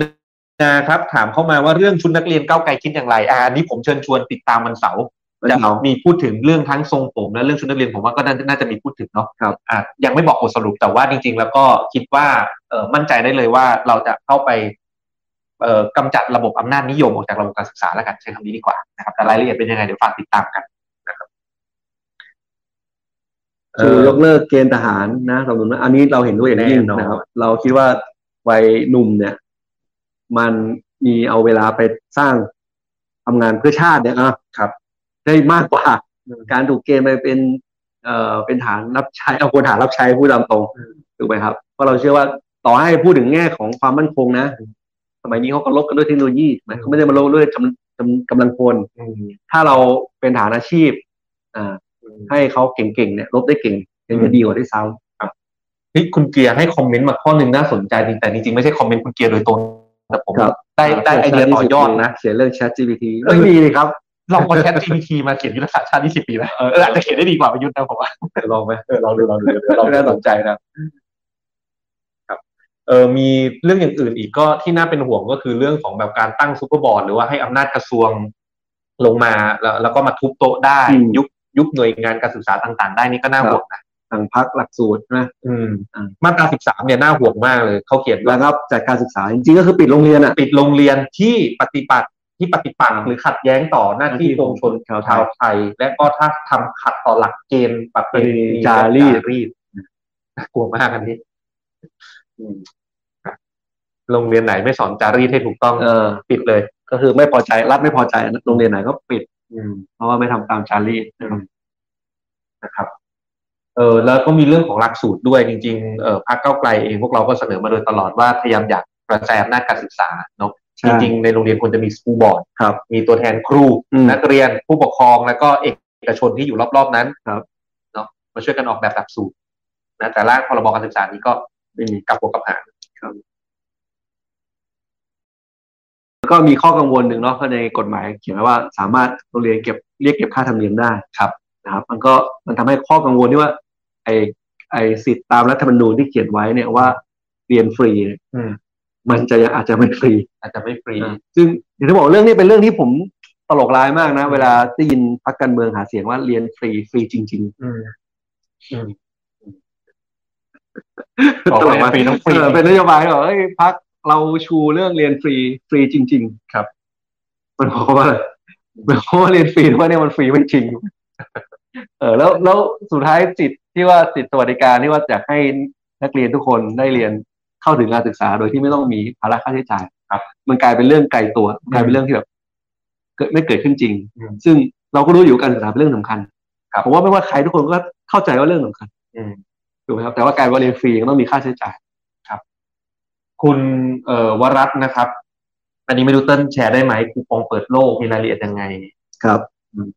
Speaker 2: นาครับ ถามเข้ามาว่าเรื่องชุดนักเรียนก้าวไกลคิดอย่างไรอ่าอันนี้ผมเชิญชวนติดตามวันเสาร์จะ
Speaker 1: วันเสาร์
Speaker 2: มีพูดถึงเรื่องทั้งทรงผมและเรื่องชุดนักเรียนผมว่าก็น่าน่าจะมีพูดถึงเนาะ
Speaker 1: ครับ
Speaker 2: อ่ะยังไม่บอกบทสรุปแต่ว่าจริง ๆ แล้วก็คิดว่าเออมั่นใจได้เลยว่าเราจะเข้าไปเอ่อกำจัดระบบอำนาจนิยมออกจากระบบการศึกษาแล้วกันใช้คำนี้ดีกว่านะครับแต่รายละเอียดเป็นยังไงเดี๋ยวฝากติดตามกันนะครับเ
Speaker 1: คือยกเลิกเกณฑ์ทหารนะสนับสนุนนะอันนี้เราเห็นด้วยอย่างยิ่ง
Speaker 2: แน่นอน
Speaker 1: นะครับ เราคิดว่าวัยหนุ่มเนี่ย มันมีเอาเวลาไปสร้างทำงานเพื่อชาติเนี่ยอ่ะ
Speaker 2: ครับ
Speaker 1: ได้มากกว่า การถูกเกณฑ์ไปเป็น เอ่อเป็นฐานรับใช้เอาคนฐานรับใช้ผู้ตามตรง
Speaker 2: อืม
Speaker 1: ถูกไหมครับเพราะเราเชื่อว่าต่อให้พูดถึงแง่ของความมั่นคงนะสมัยนี้เขาก็ลบกันด้วยเทคโนโลยีถูกไหมเขาไม่ได้มาลบด้วยกำกำกำลังคน
Speaker 2: อืม
Speaker 1: ถ้าเราเป็นฐานอาชีพ อ่า
Speaker 2: อืม
Speaker 1: ให้เขาเก่งๆเนี่ยลบได้เก่งยังจะดีกว่าด้วยซ้ำ
Speaker 2: เฮ้ยคุณเกียร์ให้คอมเมนต์มาข้อหนึ่งน่าสนใจจริงแต่จริงๆไม่ใช่คอมเมนต์คุณเกียร์โดยตรงแต่ผม
Speaker 1: ครับ
Speaker 2: ได้ได้ไอเดียต่อยอดนะ
Speaker 1: เขียนเรื่อง Chat GPT
Speaker 2: เออ
Speaker 1: ไม่มีเลยครับ
Speaker 2: ลองเอาแชท GPT มาเขียนยุทธศาสตร์ชาติ 20 ปีนะเอออาจจะเขียนได้ดีกว่าประยุทธ์นะผมว่า
Speaker 1: ลองไหม
Speaker 2: เออลองดูลองดูลองดู
Speaker 1: น่าสนใจนะ
Speaker 2: เออมีเรื่องอย่างอื่นอีกก็ที่น่าเป็นห่วงก็คือเรื่องของแบบการตั้งซูเปอร์บอร์ดหรือว่าให้อำนาจกระทรวงลงมาแล้วแล้วก็มาทุบโต๊ะได้
Speaker 1: อืม
Speaker 2: ยุบยุบหน่วยงานการศึกษาต่างๆ ได้นี่ก็น่าห่วงนะ
Speaker 1: ทางพักหลักสูตรนะ
Speaker 2: อืม
Speaker 1: อ่า
Speaker 2: มาตรา 13 เนี่ยน่าห่วงมากเลยเขาเขียนว่า
Speaker 1: ระงับจัดการศึกษา จริงๆก็คือปิดโรงเรียนอ่ะ
Speaker 2: ปิดโรงเรียนที่ปฏิบัติที่ปฏิปักษ์หรือขัดแย้งต่อหน้าที่
Speaker 1: หน้าที่
Speaker 2: ปวงชน
Speaker 1: ชาวไทย
Speaker 2: ชาวไทย และก็ถ้าทำขัดต่อหลักเกณฑ์ประเพณี
Speaker 1: จารีต
Speaker 2: และตน่ากลัวมากอันนี้อืมครับโรงเรียนไหนไม่สอนจารีตให้ถูกต้อง
Speaker 1: เออ
Speaker 2: ปิดเลย
Speaker 1: ก็คือไม่พอใจรัฐไม่พอใจโรงเรียนไหนก็ปิด
Speaker 2: อืม
Speaker 1: เพราะว่าไม่ทำตามจารีตนะครับ
Speaker 2: นะครับ เออแล้วก็มีเรื่องของหลักสูตรด้วยจริงๆเออพรรคเก้าวไกลเองพวกเราก็เสนอมาโดยตลอดว่าพยายามอยากกระจายอำนาจการศึกษาเนาะ
Speaker 1: ใช่
Speaker 2: จริงๆในโรงเรียนควรจะมีสกูบอร์ด
Speaker 1: ครับ
Speaker 2: มีตัวแทนครู
Speaker 1: อืม
Speaker 2: นักเรียนผู้ปกครองแล้วก็เอกชนที่อยู่รอบๆนั้น
Speaker 1: ครับ
Speaker 2: เนาะมาช่วยกันออกแบบหลักสูตรนะแต่ร่างพรบการศึกษานี้ก็
Speaker 1: ไม่มี
Speaker 2: กลับหัวกลับหาง
Speaker 1: แล้วก็มีข้อกังวลหนึ่งเนาะเพราะในกฎหมายเขียนไว้ว่าสามารถโรงเรียนเก็บเรียกเก็บค่าธรรมเนียมได้ครับนะครับ มันก็มันทำให้ข้อกังวลที่ว่า ไอไอสิทธิ์ตามรัฐธรรมนูญที่เขียนไว้เนี่ยว่าเรียนฟรีเนี่ย
Speaker 2: อืม
Speaker 1: มันจะยังอาจจะไม่ฟรี
Speaker 2: อาจจะไม่ฟรี
Speaker 1: ซึ่งอย่างที่บอกเรื่องนี้เป็นเรื่องที่ผมตลกร้ายมากนะ เวลาได้ยินพักการเมืองหาเสียงว่าเรียนฟรีฟรีจริง
Speaker 2: อืมอืม
Speaker 1: ๆ
Speaker 2: บอก
Speaker 1: ตล
Speaker 2: ว่าก
Speaker 1: มาก
Speaker 2: เรียนฟรีต้องฟรี
Speaker 1: เออเป็นนโยบายที่บอกเอ้ยพักเราชูเรื่องเรียนฟรีฟรีจริง ๆ
Speaker 2: ครับ
Speaker 1: มันบอกว่าอะไรมันบอกว่าเรียนฟรีแต่ว่าเนี่ยมันฟรีไม่จริง เออแล้วแล้วสุดท้ายจิตที่ว่าจิตสวัสดิการที่ว่าอยากให้นักเรียนทุกคนได้เรียนเข้าถึงการศึกษาโดยที่ไม่ต้องมีภาระค่าใช้จ่ายครับ มันกลายเป็นเรื่องไกลตัวกลายเป็นเรื่องที่แบบเกิดไม่เกิดขึ้นจริง
Speaker 2: อืม
Speaker 1: ซึ่งเราก็รู้อยู่การศึกษาเป็นเรื่องสำคัญ
Speaker 2: ครับ
Speaker 1: ผมว่าไม่ว่าใครทุกคนก็เข้าใจว่าเรื่องสำคัญ
Speaker 2: อืม
Speaker 1: ถูกไหมครับแต่ว่าการว่าเรียนฟรีก็ต้องมีค่าใช้จ่าย
Speaker 2: คุณเอ่อวรัตน์นะครับ อันนี้ไม่รู้เต้นแชร์ได้ไหมคูปองเปิดโลกมีรายละเอียดยังไง
Speaker 1: ครับ
Speaker 2: อืม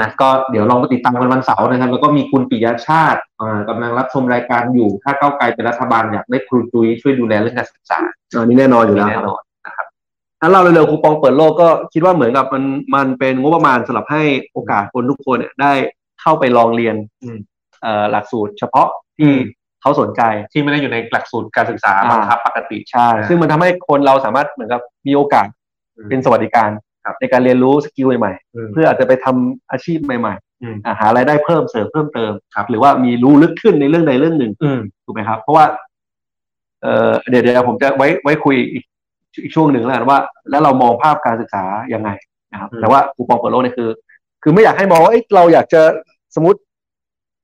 Speaker 2: นะก็เดี๋ยวลองไปติดตามกันวันเสาร์นะครับ แล้วก็มีคุณปิยชาติอ่ากำลังรับชมรายการอยู่ ถ้าก้าวไกลเป็นรัฐบาลอยากได้ครูจุ้ยช่วยดูแลเรื่องการศึกษา
Speaker 1: อันนี้แน่นอนอยู่แล้ว
Speaker 2: แน่
Speaker 1: ครับ
Speaker 2: นอน
Speaker 1: ถ้าเราเร็วๆคูปองเปิดโลกก็คิดว่าเหมือนกับมันมันเป็นงบประมาณสำหรับให้โอกาสคนทุกคนเนี่ยได้เข้าไปลองเรียน
Speaker 2: อืม
Speaker 1: เอ่อหลักสูตร เฉพาะที่เขาสนใจ
Speaker 2: ที่ไม่ได้อยู่ในหลักสูตรการศึกษา
Speaker 1: อ่า
Speaker 2: บังคับปกติ
Speaker 1: ใช่ซึ่งมันทำให้คนเราสามารถเหมือนกับมีโอกาส
Speaker 2: อืม
Speaker 1: เป็นสวัสดิการ
Speaker 2: ครับ
Speaker 1: ในการเรียนรู้สกิลใหม่ๆ
Speaker 2: เพื่
Speaker 1: เพื่
Speaker 2: อ
Speaker 1: ออาจจะไปทำอาชีพใหม่
Speaker 2: อืม
Speaker 1: ๆอ่าหารายได้เพิ่มเสริมเพิ่มเติม
Speaker 2: ครับ
Speaker 1: หรือว่ามีรู้ลึกขึ้นในเรื่องใดเรื่องหนึ่ง
Speaker 2: อืม
Speaker 1: ถูกไหมครับ เพราะว่าเออเดี๋ยวเดี๋ยวผมจะไว้ไว้คุยอีกอีกช่วงหนึ่งแล้วกันว่า แล้วเรามองภาพการศึกษายังไงนะครับ
Speaker 2: อืม
Speaker 1: แต่ว่าคูปองเปิดโลกเนี่ยคือ คือไม่อยากให้มองว่าเอ้ยเราอยากจะสมมติ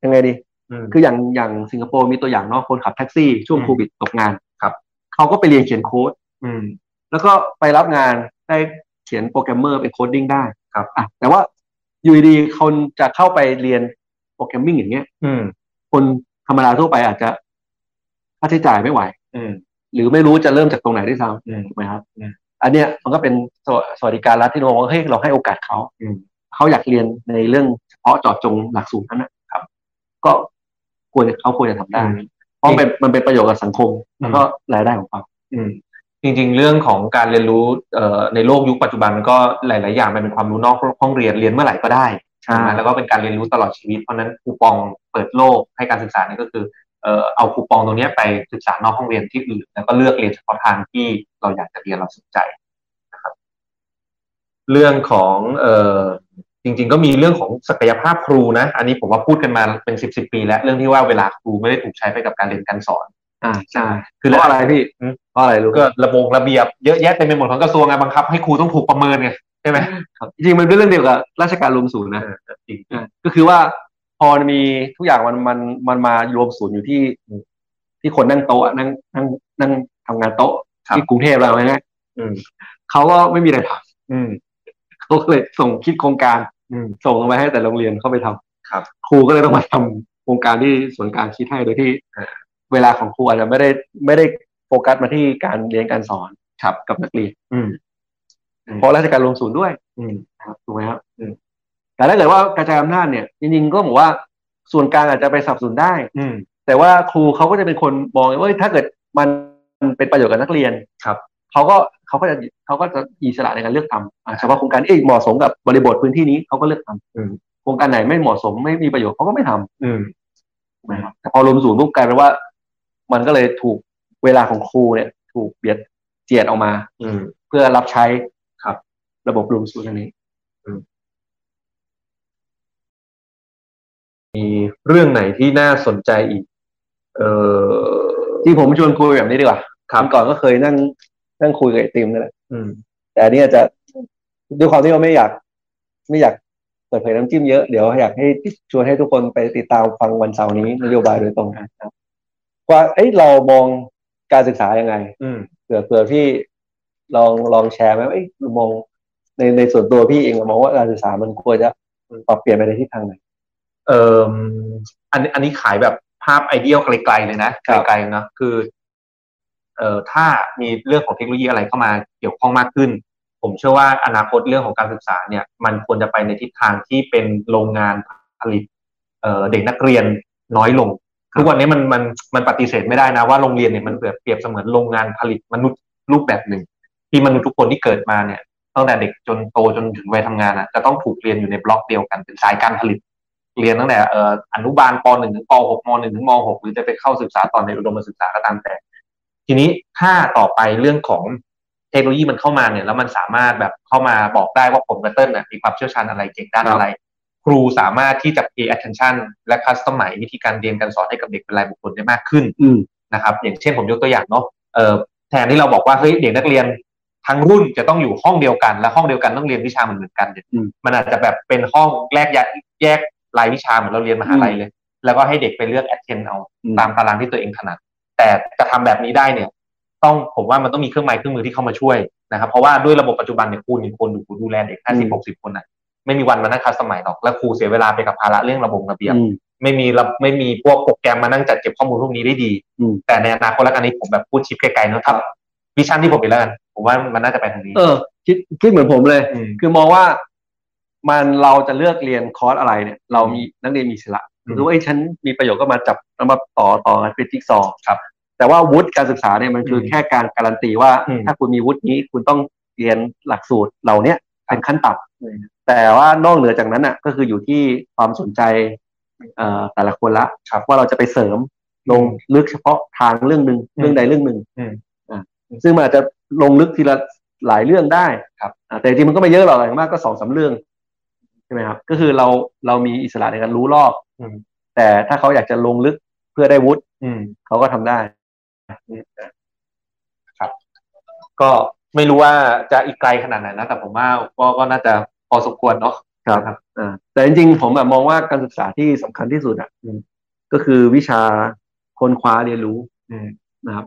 Speaker 1: ยังไงดี
Speaker 2: อืม
Speaker 1: คืออย่างอย่างสิงคโปร์มีตัวอย่างเนาะคนขับแท็กซี่ช่วง
Speaker 2: อืม
Speaker 1: โควิดตกงานครับเขาก็ไปเรียนเขียนโค้ด
Speaker 2: อืม
Speaker 1: แล้วก็ไปรับงานได้ ขียนโปรแกรมเมอร์เป็นโคดดิ้งได้
Speaker 2: ครับ
Speaker 1: อ่ะแต่ว่าอยู่ดีๆคนจะเข้าไปเรียนโปรแกรมมิ่งอย่างเงี้ย
Speaker 2: อืม
Speaker 1: คนธรรมดาทั่วไปอาจจะค่าใช้จ่ายไม่ไหว
Speaker 2: อืม
Speaker 1: หรือไม่รู้จะเริ่มจากตรงไหนด้วยซ้
Speaker 2: อืม
Speaker 1: ำถูกไหมครับ
Speaker 2: อืม
Speaker 1: อันเนี้ยมันก็เป็นสวสวัสดิการรัฐที่เราบอกว่าเฮ้ยเราให้โอกาสเขา
Speaker 2: อืม
Speaker 1: เขาอยากเรียนในเรื่องเฉพาะเจาะจงหลักสูตรนั้นนะครับ ก็ควรจะเขาควรจะทำได้ เพราะมันเป็นมันเป็นประโยชน์กับสังคม แล้วก็รายได้ของเขา
Speaker 2: อืมจริงๆ เรื่องของการเรียนรู้เอ่อในโลกยุคปัจจุบันมันก็หลาย ๆ อย่างมันเป็นความรู้นอกห้องเรียนเรียนเมื่อไหร่ก็ได้นะแล้วก็เป็นการเรียนรู้ตลอดชีวิตเพราะฉะนั้นคูปองเปิดโลกให้การศึกษาเนี่ยก็คือเอ่อเอาคูปองตรงเนี้ยไปศึกษานอกห้องเรียนที่อื่นแล้วก็เลือกเรียนเฉพาะทางที่เราอยากจะเรียนเราสนใจนะครับ เรื่องของเอ่อจริง ๆ ก็มีเรื่องของศักยภาพครูนะ อันนี้ผมว่าพูดกันมาเป็นสิบสิบปี แล้วเรื่องที่ว่าเวลาครูไม่ได้ถูกใช้ไปกับการเรียนการสอน
Speaker 1: อ่าใช่
Speaker 2: คือ
Speaker 1: เพราะอะไรพี่
Speaker 2: อืม
Speaker 1: เพราะอะไรรู้
Speaker 2: ก็ระบงระเบียบเยอะแยะเต็มไปหมดของกระทรวงไงบังคับให้ครูต้องถูกประเมินไงใช่ไหม
Speaker 1: ครับจริงๆมันเป็นเรื่องเดียวกับราชการรวมศูนย์นะ
Speaker 2: จริง
Speaker 1: อ่ะก็คือว่าพอมันมีทุกอย่างมันมันมันมารวมศูนย์อยู่ที่ที่คนนั่งโต๊ะนั่งนั่งนั่งทำงานโต๊ะ
Speaker 2: ครับ
Speaker 1: ที่กรุงเทพเราไง
Speaker 2: อืม
Speaker 1: เขาก็ไม่มีอะไรท
Speaker 2: อืม
Speaker 1: ำเขาก็เลยส่งคิดโครงการ
Speaker 2: อืม
Speaker 1: ส่งลงไปให้แต่โรงเรียนเข้าไปทำ
Speaker 2: ครับ
Speaker 1: ครูก็เลยต้องมาทำโครงการที่ส่วนกลางคิดให้โดยที่ เวลาของครูอาจจะไม่ได้ไม่ได้โฟกัสมาที่การเรียนการสอน
Speaker 2: ครับ
Speaker 1: กับนักเรียน
Speaker 2: อืม
Speaker 1: เพราะราชการรวมศูนย์ด้วย
Speaker 2: อืม
Speaker 1: นะครับถูกไหมครับ
Speaker 2: อืม
Speaker 1: แต่ถ้าเกิดว่ากระจายอำนาจเนี่ยจริงๆก็บอกว่าส่วนกลางอาจจะไปสนับสนุนได้
Speaker 2: อืม
Speaker 1: แต่ว่าครูเขาก็จะเป็นคนมองว่าเอ้ยถ้าเกิดมันมันเป็นประโยชน์กับนักเรียน
Speaker 2: ครับ
Speaker 1: เขาก็เขาก็จะเขาก็จะอิสระในการเลือกทำอ่าเฉพาะโครงการเอ้ยเหมาะสมกับบริบทพื้นที่นี้เขาก็เลือกท
Speaker 2: อืม
Speaker 1: ำโครงการไหนไม่เหมาะสมไม่มีประโยชน์เขาก็ไม่ท
Speaker 2: อืม
Speaker 1: ำถูกไหมครับแต่พอรวมศูนย์ปุ๊บกลายเป็นว่า มันก็เลยถูกเวลาของครูเนี่ย ถูกเบียดเจียดออกมา
Speaker 2: อืม
Speaker 1: เพื่อรับใช้
Speaker 2: ครับ
Speaker 1: ระบบรวมศูนย์อันนี้
Speaker 2: เรื่องไหนที่น่าสนใจอีก เออ
Speaker 1: ที่ผมชวนคุยแบบนี้ดีกว่า
Speaker 2: ครับ
Speaker 1: วันก่อนก็เคยนั่งนั่งคุยกับไอติมนี่แหละ
Speaker 2: อืม
Speaker 1: แต่อันนี้อาจจะด้วยความที่เราไม่อยาก ไม่อยากเปิดเผยน้ำจิ้มเยอะเดี๋ยวอยากให้ชวนให้ทุกคนไปติดตามฟังวันเสาร์นี้นโยบายโดยตรงนะครับว่าเอ้ยเรามองการศึกษายังไง
Speaker 2: อืม
Speaker 1: เผื่อเผื่อพี่ลองลองแชร์ไหมว่าเอ้ยเรามองในในส่วนตัวพี่เองเรามองว่าการศึกษามันควรจะปรับเปลี่ยนไปในทิศทางไหน
Speaker 2: เอ่ออันอันนี้ขายแบบภาพไอเดียลไกลๆเลยนะครับ ไกลๆเนอะคือ เอ่อถ้ามีเรื่องของเทคโนโลยีอะไรเข้ามาเกี่ยวข้องมากขึ้น ผมเชื่อว่าอนาคตเรื่องของการศึกษาเนี่ย มันควรจะไปในทิศทางที่เป็นโรงงานผลิต เอ่อเด็กนักเรียนน้อยลงทุกวันนี้มันมันมันปฏิเสธไม่ได้นะว่าโรงเรียนเนี่ยมันเปรียบเปรียบเสมือนโรงงานผลิตมนุษย์รูปแบบหนึ่ง ที่มนุษย์ทุกคนที่เกิดมาเนี่ย ตั้งแต่เด็กจนโตจนถึงวัยทำงานอ่ะจะต้องถูกเรียนอยู่ในบล็อกเดียวกันเป็นสายการผลิต เรียนตั้งแต่เอ่ออนุบาลป .1 ถึงป .6 ม .1 ถึงม .6 หรือจะไปเข้าศึกษาตอนในอุดมศึกษาก็ตามแต่ ทีนี้ถ้าต่อไปเรื่องของเทคโนโลยีมันเข้ามาเนี่ย แล้วมันสามารถแบบเข้ามาบอกได้ว่าผมกับเติ้ลน่ะมีความเชี่ยวชาญอะไรเก่งด้านอะไร ครูสามารถที่จะ pay attention และ customize วิธีการเรียนการสอนให้กับเด็กเป็นรายบุคคลได้มากขึ้น
Speaker 1: อืม
Speaker 2: นะครับอย่างเช่นผมยกตัวอย่างเนาะเอ่อแทนที่เราบอกว่าเฮ้ยเด็กนักเรียนทั้งรุ่นจะต้องอยู่ห้องเดียวกัน และห้องเดียวกันต้องเรียนวิชาเหมือนเหมือนกันเนี่ย
Speaker 1: อืม
Speaker 2: มันอาจจะแบบเป็นห้องแยกแยกแยกรายวิชาเหมือนเราเรียนมหาลัย
Speaker 1: อืม
Speaker 2: เลย แล้วก็ให้เด็กไปเลือก attend เอา
Speaker 1: อืม
Speaker 2: ตามตารางที่ตัวเองถนัดแต่จะทำแบบนี้ได้เนี่ย ต้องผมว่ามันต้องมีเครื่องไม้เครื่องมือที่เข้ามาช่วยนะครับ เพราะว่าด้วยระบบปัจจุบันเนี่ยครูหนึ่งคนดูดูแลเด็กห้าสิบหกสิบคนอ่ะไม่มีวันมานั่งคัดสมัยหรอกและครูเสียเวลาไปกับภาระเรื่องระบบระเบียบ
Speaker 1: อืม
Speaker 2: ไม่มีระไม่มีพวกโปรแกรมมานั่งจัดเก็บข้อมูลพวกนี้ได้ดี
Speaker 1: อืม
Speaker 2: แต่ในอนาคตแล้วกันนี้ผมแบบพูดชิปไกลๆเนอะครับวิชั่นที่ผมเห็นแล้วกันผมว่ามันน่าจะไปทางนี้
Speaker 1: เออ คิดคิดเหมือนผมเลย
Speaker 2: อืม
Speaker 1: คือมองว่ามันเราจะเลือกเรียนคอร์สอะไรเนี่ย เรามีนักเรียนมีอิสระ
Speaker 2: อืม
Speaker 1: หรือว่าไอ้ยฉันมีประโยชน์ก็มาจับแล้วมาต่อต่อกันเป็นจิ๊กซอว์
Speaker 2: ครับ
Speaker 1: แต่ว่าวุฒิการศึกษาเนี่ยมันคืออ
Speaker 2: ม
Speaker 1: แค่การการันตีว่า
Speaker 2: อืม
Speaker 1: ถ้าคุณมีวุฒินี้คุณต้องเรียนหลักสูตรเหล่าเนี้ยเป็นขั้นต่
Speaker 2: อืม
Speaker 1: ำแต่ว่านอกเหนือจากนั้นอ่ะ ก็คืออยู่ที่ความสนใจเอ่อแต่ละคนละว่าเราจะไปเสริม ลงลึกเฉพาะทางเรื่องหนึ่ง
Speaker 2: อืม
Speaker 1: เรื่องใดเรื่องหนึ่ง
Speaker 2: อืม
Speaker 1: อ่ะซึ่งมันอาจจะลงลึกทีละหลายเรื่องได้
Speaker 2: ครับ
Speaker 1: อ่ะแต่จริงๆมันก็ไม่เยอะหรอกอย่างมากก็สองสามเรื่องใช่ไหมครับ ก็คือเราเรามีอิสระในการรู้รอบ
Speaker 2: อืม
Speaker 1: แต่ถ้าเขาอยากจะลงลึกเพื่อได้วุฒิ
Speaker 2: อืม
Speaker 1: เขาก็ทำได้
Speaker 2: ก็ไม่รู้ว่าจะอีกไกลขนาดไหนนะ แต่ผมว่าก็ก็น่าจะพอสมควรเนาะ
Speaker 1: ครับ อ่าแต่จริงๆ ผมแบบมองว่าการศึกษาที่สำคัญที่สุดอ่ะ
Speaker 2: อืม
Speaker 1: ก็คือวิชาค้นคว้าเรียนรู้
Speaker 2: อืม
Speaker 1: นะครับ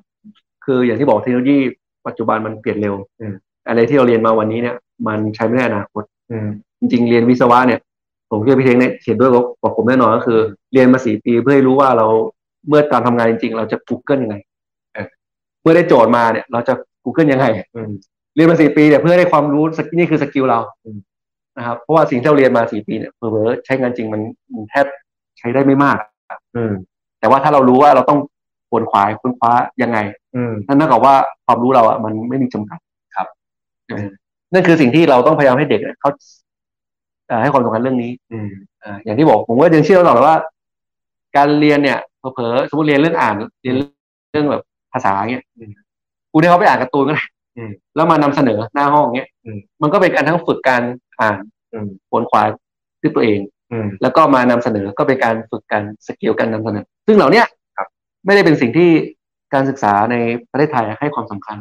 Speaker 1: คืออย่างที่บอกเทคโนโลยีปัจจุบันมันเปลี่ยนเร็ว
Speaker 2: อืม
Speaker 1: อะไรที่เราเรียนมาวันนี้เนี่ย มันใช้ไม่ได้อนะคต
Speaker 2: อืม
Speaker 1: จริงๆเรียนวิศวะเนี่ย ผมเชื่อพี่เทงเนี่ยเห็นด้วยกับผมแน่นอนก็คือ เรียนมาสี่ปีเพื่อให้รู้ว่าเราเมื่อตอนทำงานจริงๆ เราจะ Google ยังไง
Speaker 2: เออ
Speaker 1: เมื่อได้โจทย์มาเนี่ย เราจะ Google ยังไง
Speaker 2: อืม
Speaker 1: เรียนมาสี่ปีเนี่ยเพื่อได้ความรู้สกนี่คือสกิลเรา
Speaker 2: อืม
Speaker 1: นะครับเพราะว่าสิ่งที่เราเรียนมาสี่ปีเนี่ยเผลอๆใช้งานจริงมันมันแทบใช้ได้ไม่มาก
Speaker 2: อืม
Speaker 1: แต่ว่าถ้าเรารู้ว่าเราต้องขวนขวายค้นคว้ายังไง
Speaker 2: อืม
Speaker 1: นั่นเท่ากับว่าความรู้เราอ่ะมันไม่มีจำกัด
Speaker 2: ครับ
Speaker 1: เออนั่นคือสิ่งที่เราต้องพยายามให้เด็กเนี่ยเขาเอ่อให้ความสำคัญเรื่องนี้
Speaker 2: อืม
Speaker 1: เอ่ออย่างที่บอกผมก็ยังเชื่อตลอดว่า การเรียนเนี่ยเผลอๆสมมติเรียนเรื่องอ่านเรียนเรื่องแบบภาษาเงี้ย
Speaker 2: อืม
Speaker 1: กูให้เขาไปอ่านการ์ตูนก็ได้
Speaker 2: อืม
Speaker 1: แล้วมานำเสนอหน้าห้องเงี้ย
Speaker 2: อืม
Speaker 1: มันก็เป็นการทั้งฝึกการอ่าน
Speaker 2: อืม
Speaker 1: ขวนขวายด้วยตัวเอง
Speaker 2: อืม
Speaker 1: แล้วก็มานำเสนอก็เป็นการฝึกการสกิลการนำเสนอ ซึ่งเหล่าเนี้ย
Speaker 2: ครับ
Speaker 1: ไม่ได้เป็นสิ่งที่การศึกษาในประเทศไทยให้ความสำคัญ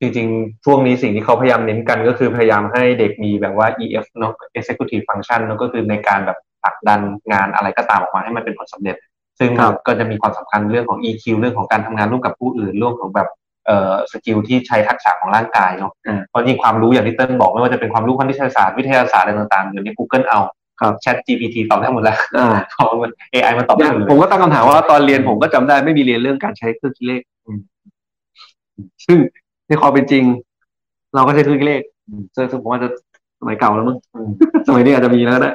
Speaker 2: จริงๆ ช่วงนี้สิ่งที่เขาพยายามเน้นกันก็คือพยายามให้เด็กมีแบบว่า EF เนาะ Executive Function เนาะก็คือในการแบบผลักดันงานอะไรก็ตามออกมาให้มันเป็นผลสำเร็จ ซึ่ง
Speaker 1: ครับ
Speaker 2: ก็จะมีความสำคัญเรื่องของ EQ เรื่องของการทำงานร่วมกับผู้อื่นเรื่องของแบบเอ่อสกิลที่ใช้ทักษะของร่างกายเนาะเพราะจริงความรู้อย่างที่เติ้ลบอกไม่ว่าจะเป็นความรู้คณิตศาสตร์วิทยาศาสตร์อะไรต่างๆเดี๋ยวนี้ Google เอา Chat GPT ตอบได้หมดแล้ว (laughs)
Speaker 1: อ่า
Speaker 2: AI มันตอบได้หมดเล
Speaker 1: ผม
Speaker 2: ย
Speaker 1: ก็ตั้งคำถามว่าตอนเรียนผมก็จำได้ไม่มีเรียนเรื่องการใช้เครื่องคิดเลข
Speaker 2: อืม
Speaker 1: ซึ่งในความเป็นจริง เราก็ใช้เครื่องคิดเลข
Speaker 2: อืม
Speaker 1: ซึ่งซึ่งผมว่าจะสมัยเก่าแล้วมั้ง
Speaker 2: อืม
Speaker 1: สมัยนี้อาจจะมีแล้วก็ได้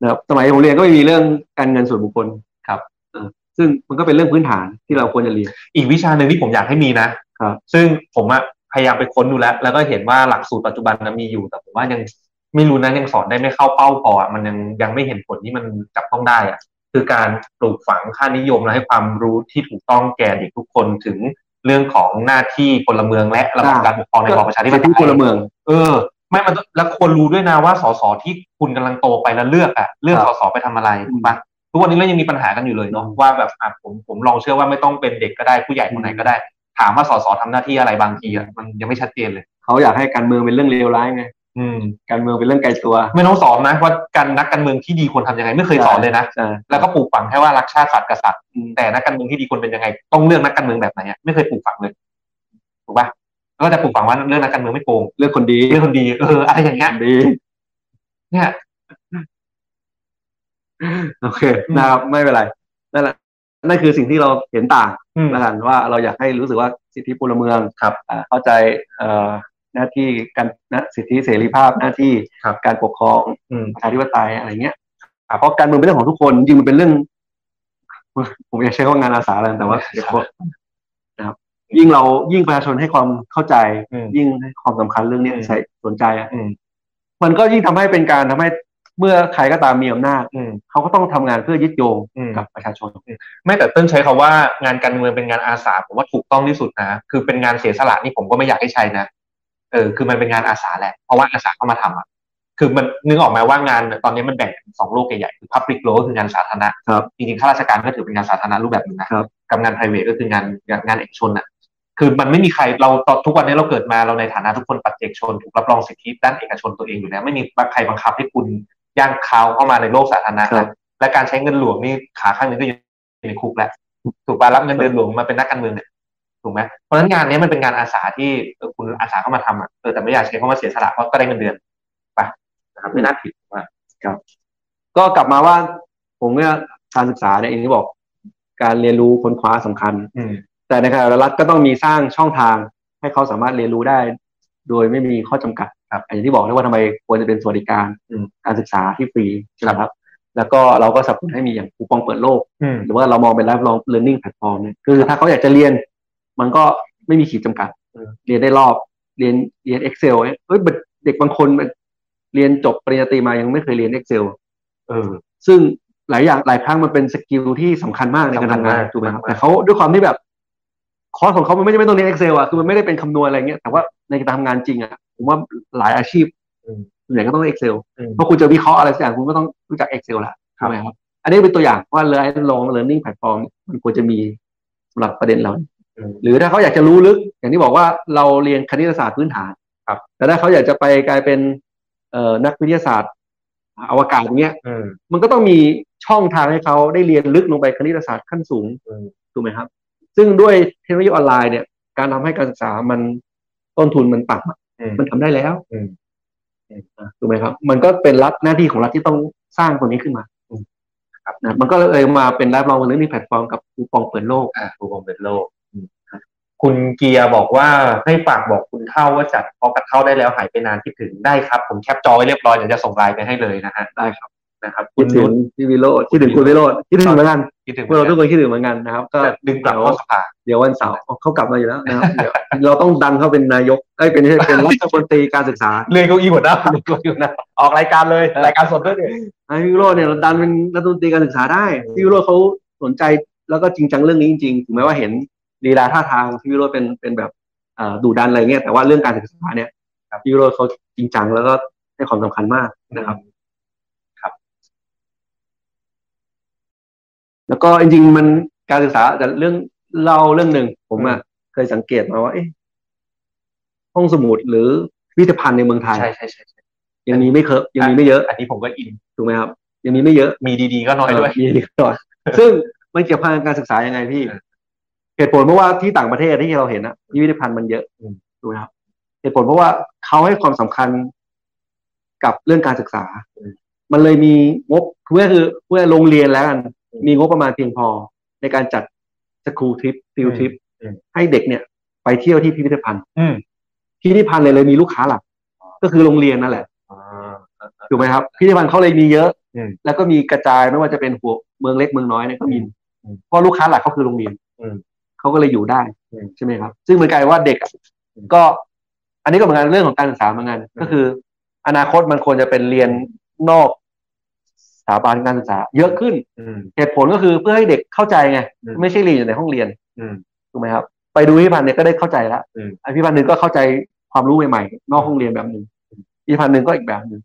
Speaker 1: นะครับ สมัยผมเรียนก็ไม่มีเรื่องการเงินส่วนบุคคล
Speaker 2: ครับ
Speaker 1: เออซึ่งมันก็เป็นเรื่องพื้นฐานที่เราควรจะเรียน
Speaker 2: อีกวิชาหนึ่งที่ผมอยากให้มีนะครับ ซึ่งผมอะพยายามไปค้นดูแล้ว แล้วก็เห็นว่าหลักสูตรปัจจุบันนะมีอยู่แต่ผมว่ายังไม่รู้นะยังสอนได้ไม่เข้าเป้าพออะมันยังยังไม่เห็นผลที่มันจับต้องได้อะคือการปลูกฝังค่านิยมและให้ความรู้ที่ถูกต้องแก่เด็กทุกคนถึงเรื่องของหน้าที่พลเมืองและระบบการปกครองในระบอบประชาธิปไต
Speaker 1: ที่พล
Speaker 2: ย
Speaker 1: เมือง
Speaker 2: เออไม่มันต้องแล้วควรรู้ด้วยนะว่าสสที่คุณกำลังโตไปแล้วเลือกอะเลือก
Speaker 1: ครั
Speaker 2: ส
Speaker 1: บ
Speaker 2: สไปทำอะไรถูกปะทุกวันนี้เรายังมีปัญหากันอยู่เลยเนาะว่าแบบอ่ะผมผมลองเชื่อว่าไม่ต้องเป็นเด็กก็ได้ผู้ใหญ่คนไหนก็ได้ ถามว่าสสทำหน้าที่อะไรบางทีอะมันยังไม่ชัดเจนเลย
Speaker 1: เขาอยากให้การเมืองเป็นเรื่องเลวร้ายไง
Speaker 2: อืม
Speaker 1: การเมืองเป็นเรื่องไกลตัว
Speaker 2: ไม่ต้องสอนนะว่าการนักการเมืองที่ดีควรทำยังไงไม่เคยสอนเลยนะ
Speaker 1: ใช่
Speaker 2: แล้วก็ปลูกฝังแค่ว่ารักชาติศาสตร์กษัตริย์
Speaker 1: อืม
Speaker 2: แต่นักการเมืองที่ดีควรเป็นยังไง ต้องเลือกนักการเมืองแบบไหนอะไม่เคยปลูกฝังเลยถูกปะแล้วก็จะปลูกฝังว่าเรื่องนักการเมืองไม่โกง
Speaker 1: เลือกคนดี
Speaker 2: เรื่องคนดีเอออะไรอย่างเงี้ย
Speaker 1: คนดี
Speaker 2: เนี่ย
Speaker 1: โอเค
Speaker 2: อืม
Speaker 1: นะครับไม่เป็นไรนั่นแหละนั่นคือสิ่งที่เราเห็นต่าง
Speaker 2: อืม
Speaker 1: แล้วกันว่าเราอยากให้รู้สึกว่าสิทธิพลเมือง
Speaker 2: ครับ
Speaker 1: อ่าเข้าใจเอ่อหน้าที่การนะสิทธิเสรีภาพหน้าที่
Speaker 2: ครับ
Speaker 1: การปกครอง
Speaker 2: อืม
Speaker 1: ประชาธิปไตยอะไรเงี้ยอ่าเพราะการเมืองเป็นเรื่องของทุกคนจริงมันเป็นเรื่อง ผมอยากใช้คำว่างานอาสาแล้วกัน
Speaker 2: (laughs)
Speaker 1: แต่ว่าเดี๋ยวคนนะครับ ยิ่งเรายิ่งประชาชนให้ความเข้าใจ
Speaker 2: อืม
Speaker 1: ยิ่งให้ความสำคัญเรื่องเนี้ย
Speaker 2: อืม
Speaker 1: ใส่สนใจอ่ะ
Speaker 2: อืม
Speaker 1: มันก็ยิ่งทำให้เป็นการทำให้เมื่อใครก็ตามมีอำนาจ
Speaker 2: อืม
Speaker 1: เขาก็ต้องทำงานเพื่อยึดโยง
Speaker 2: อืม
Speaker 1: กับประชาชน
Speaker 2: ไม่แต่เติ้ลใช้คาว่างานการเมืองเป็นงานอาสาผมว่าถูกต้องที่สุดนะคือเป็นงานเสียสละนี่ผมก็ไม่อยากให้ใช้นะเออคือมันเป็นงานอาสาแหละเพราะว่าอาสาเข้ามาทำอ่ะคือมันนึกออกไหมว่างานตอนนี้มันแบ่งเป็นสองโลกใหญ่ๆคือพับลิกโลก็คืองานสาธารณะ
Speaker 1: ครับ
Speaker 2: จริงๆข้าราชการก็ถือเป็นงานสาธารณะรูปแบบหนึงนะครับ กับงาน p r i v a t ก็คืองานงานเอกชนอ่ะ คือมันไม่มีใครเราตอนทุกวันนี้เราเกิดมาเราในฐานะทุกคนปัจเจกชนถูกรับรองสิทธิด้านเอกชนตัวเองอยู่แล้วไม่มีใครบังคับให้คุณย่างเท้าเข้ามาในโลกสาธารณะ
Speaker 1: ครั
Speaker 2: นะ
Speaker 1: บ
Speaker 2: และการใช้เงินหลวงนี่ขาข้างหนึงก็อยู่ในคุกแหละถูกปะรับเงินเดือนหลวงมาเป็นนักการเมืองเนี่ยถูกไหมเพราะฉะนั้นงานนี้มันเป็นงานอาสาที่เออคุณอาสาเข้ามาทำอ่ะเออแต่ไม่อยากใช้คำว่าเสียสละเพราะก็ได้เงินเดือนไปนะครับไม่น่าผิดว่า
Speaker 1: ก็กลับมาว่า ผมเนี่ยการศึกษาเนี่ยอย่างที่บอก การเรียนรู้ค้นคว้าสำคัญ
Speaker 2: อืม
Speaker 1: แต่ในขณะเดียวกันรัฐก็ต้องมีสร้างช่องทางให้เขาสามารถเรียนรู้ได้ โดยไม่มีข้อจำกัด
Speaker 2: ครับ
Speaker 1: อย่างที่บอกได้ว่าทำไมควรจะเป็นสวัสดิการ
Speaker 2: อืม
Speaker 1: การศึกษาที่ฟรีใช่ไหม
Speaker 2: ครับ
Speaker 1: ครับ แล้วก็เราก็สนับสนุนให้มีอย่างคูปองเปิดโลก
Speaker 2: อืม
Speaker 1: หรือว่าเรามองเป็น lifelong learning platform เนี่ยคือถ้าเขาอยากจะเรียน มันก็ไม่มีขีดจำกัด เรียนได้รอบเรียนเรียน Excel เนี่ยเอ้ยเด็กเด็กบางคนมันเรียนจบปริญญาตรีมายังไม่เคยเรียน Excel
Speaker 2: เออ
Speaker 1: ซึ่งหลายอย่างหลายครั้งมันเป็นสกิลที่สำคัญมากในการทำงาน
Speaker 2: สำคัญมาก
Speaker 1: ถูกไหมครับ
Speaker 2: มาก
Speaker 1: แต่เขาด้วยความที่แบบคอร์สของเขามันไม่จำเป็นต้องเรียน Excel อ่ะคือมันไม่ได้เป็นคำนวณอะไรเงี้ยแต่ว่าในการทำงานจริงอ่ะผมว่าหลายอาชีพส่วนใหญ่ก็ต้องเรียน Excel
Speaker 2: อืม
Speaker 1: เพราะคุณจะวิเคราะห์อะไรสักอย่างคุณก็ต้องรู้จัก Excel ละใช่ไหมครับ อันนี้เป็นตัวอย่างว่า Learn Long Learning Platform มันควรจะมีสำหรับประเด็นเรา
Speaker 2: อืม
Speaker 1: หรือถ้าเขาอยากจะรู้ลึก อย่างที่บอกว่าเราเรียนคณิตศาสตร์พื้นฐาน
Speaker 2: ครับ
Speaker 1: แต่ถ้าเขาอยากจะไปกลายเป็นเอ่อนักวิทยาศาสตร์อวกาศอย่างเงี้ย
Speaker 2: อืม
Speaker 1: มันก็ต้องมีช่องทางให้เขาได้เรียนลึกลงไปคณิตศาสตร์ขั้นสูง
Speaker 2: อืม
Speaker 1: ถูกไหมครับ ซึ่งด้วยเทคโนโลยีออนไลน์เนี่ย การทำให้การศึกษามันต้นทุนมันต่ำอะ
Speaker 2: อืม
Speaker 1: มันทำได้แล้ว
Speaker 2: อืม
Speaker 1: อ่ะถูกไหมครับ มันก็เป็นรัฐหน้าที่ของรัฐที่ต้องสร้างตัวนี้ขึ้นมา
Speaker 2: อืมครับ
Speaker 1: นะมันก็เลยมาเป็นรับรองเรื่องนี้แพลตฟอร์มกับคูปองเปิดโลก
Speaker 2: อ่ะคูปองเป็นโลกอืมคุณเกียร์บอกว่าให้ฝากบอกคุณเท่าว่าจัดพอกับเท่าได้แล้วหายไปนานคิดถึงได้ครับ ผมแคปจอไว้เรียบร้อยเดี๋ยวจะส่งไลน์ไปให้เลยนะฮะ
Speaker 1: ได้ครับ
Speaker 2: นะครับคุ
Speaker 1: คิ
Speaker 2: ณ
Speaker 1: ดถึ
Speaker 2: นุ
Speaker 1: ง
Speaker 2: ช
Speaker 1: พี่วิโรจน์คิดถึงคุณวิโรจน์คิดถึงเหมือนกัน
Speaker 2: คิดถึง
Speaker 1: พวกเราทุกคนคิดถึงเหมือนกันนะครับ ก็
Speaker 2: แต่ดึงกลับเข้าสภา
Speaker 1: เดี๋ยววันเสาร์เขากลับมาอยู่แล้ว (laughs) นะครับเดี๋ยวเราต้องดันเขาเป็นนายกไอ้ยเป็นเป็นรัฐมนตรีการศึกษา
Speaker 2: เลื่อนเก้าอี้หัวหน้าเลื่อนเก้าอี้หัวหน้าออกรายการเลยรายการสดด้วยเนี่ย
Speaker 1: ไอ้พี่วิโรจน์เนี่ยเราดันเป็นรัฐมนตรีการศึกษาได้
Speaker 2: อืม
Speaker 1: พี่วิโรจน์เขาสนใจแล้วก็จริงจังเรื่องนี้จริงๆถึงแม้ว่าเห็นลีลาท่าทางพี่วิโรจน์เป็นเป็นแบบอ่าดุดันอะไรเงี้ยแต่ว่าเรื่องการศึกษาเนี่ยพี่วิโรจน์เขาจริงจังแล้วก็ให้ความสำคัญมากนะครับ แล้วก็จริงๆมันการศึกษาแต่เรื่องเล่าเรื่องหนึ่งผมอ่ะเคยสังเกตมาว่าเอ๊ะห้องสมุดหรือพิพิธภัณฑ์ในเมืองไทย
Speaker 2: ใช่ใช่ใช่ใช่
Speaker 1: ยังมีไม่เคอะยังมีไม่เยอะ
Speaker 2: อันนี้ผมก็อิน
Speaker 1: ถูกไหมครับยังมีไม่เยอะ
Speaker 2: มีดีๆก็น้อยด้วย
Speaker 1: เมีนิดหน่อยซึ่งมันเกี่ยวพันกับการศึกษายังไงพี่
Speaker 2: เออ
Speaker 1: เหตุผลเพราะว่าที่ต่างประเทศที่เราเห็นนะพิพิธภัณฑ์มันเยอะ
Speaker 2: อืม
Speaker 1: ถูกไหมครับ เหตุผลเพราะว่าเขาให้ความสำคัญกับเรื่องการศึกษา มันเลยมีงบเพื่อคือเพื่อโรงเรียนแล้วกัน มีงบประมาณเพียงพอในการจัดสกูทริปฟิลทริปให้เด็กเนี่ย ไปเที่ยวที่พิพิธภัณฑ์
Speaker 2: อืม
Speaker 1: พิพิธภัณฑ์เลยเลยมีลูกค้าหลัก ก็คือโรงเรียนนั่นแหละ
Speaker 2: อ่า
Speaker 1: ถูกไหมครับพิพิธภัณฑ์เขาเลยมีเยอะ
Speaker 2: อืม
Speaker 1: แล้วก็มีกระจายไม่ว่าจะเป็นหัวเมืองเล็กเมืองน้อยเนี่ยก็มี
Speaker 2: อืม
Speaker 1: เพราะลูกค้าหลักเขาคือโรงเรียน
Speaker 2: อืม
Speaker 1: เขาก็เลยอยู่ได้
Speaker 2: อืม
Speaker 1: ใช่ไหมครับ ซึ่งมันกลายว่าเด็กอะ
Speaker 2: อืม
Speaker 1: ก็ อันนี้ก็เหมือนกันเรื่องของการศึกษาเหมือนกันก็คือ อนาคตมันควรจะเป็นเรียนนอกสถาบันการศึกษา เยอะขึ้นเหตุผลก็คือเพื่อให้เด็กเข้าใจไง
Speaker 2: อืม
Speaker 1: ไม่ใช่เรียนอยู่ในห้องเรียน
Speaker 2: อืม
Speaker 1: ถูกไหมครับ ไปดูพิพิธภัณฑ์เนี่ยก็ได้เข้าใจละ
Speaker 2: อืม
Speaker 1: ไอ้พิพิธภัณฑ์หนึ่งก็เข้าใจความรู้ใหม่ๆนอกห้องเรียนแบบหนึ่งพิพิธภัณฑ์หนึ่งก็อีกแบบหนึ่ง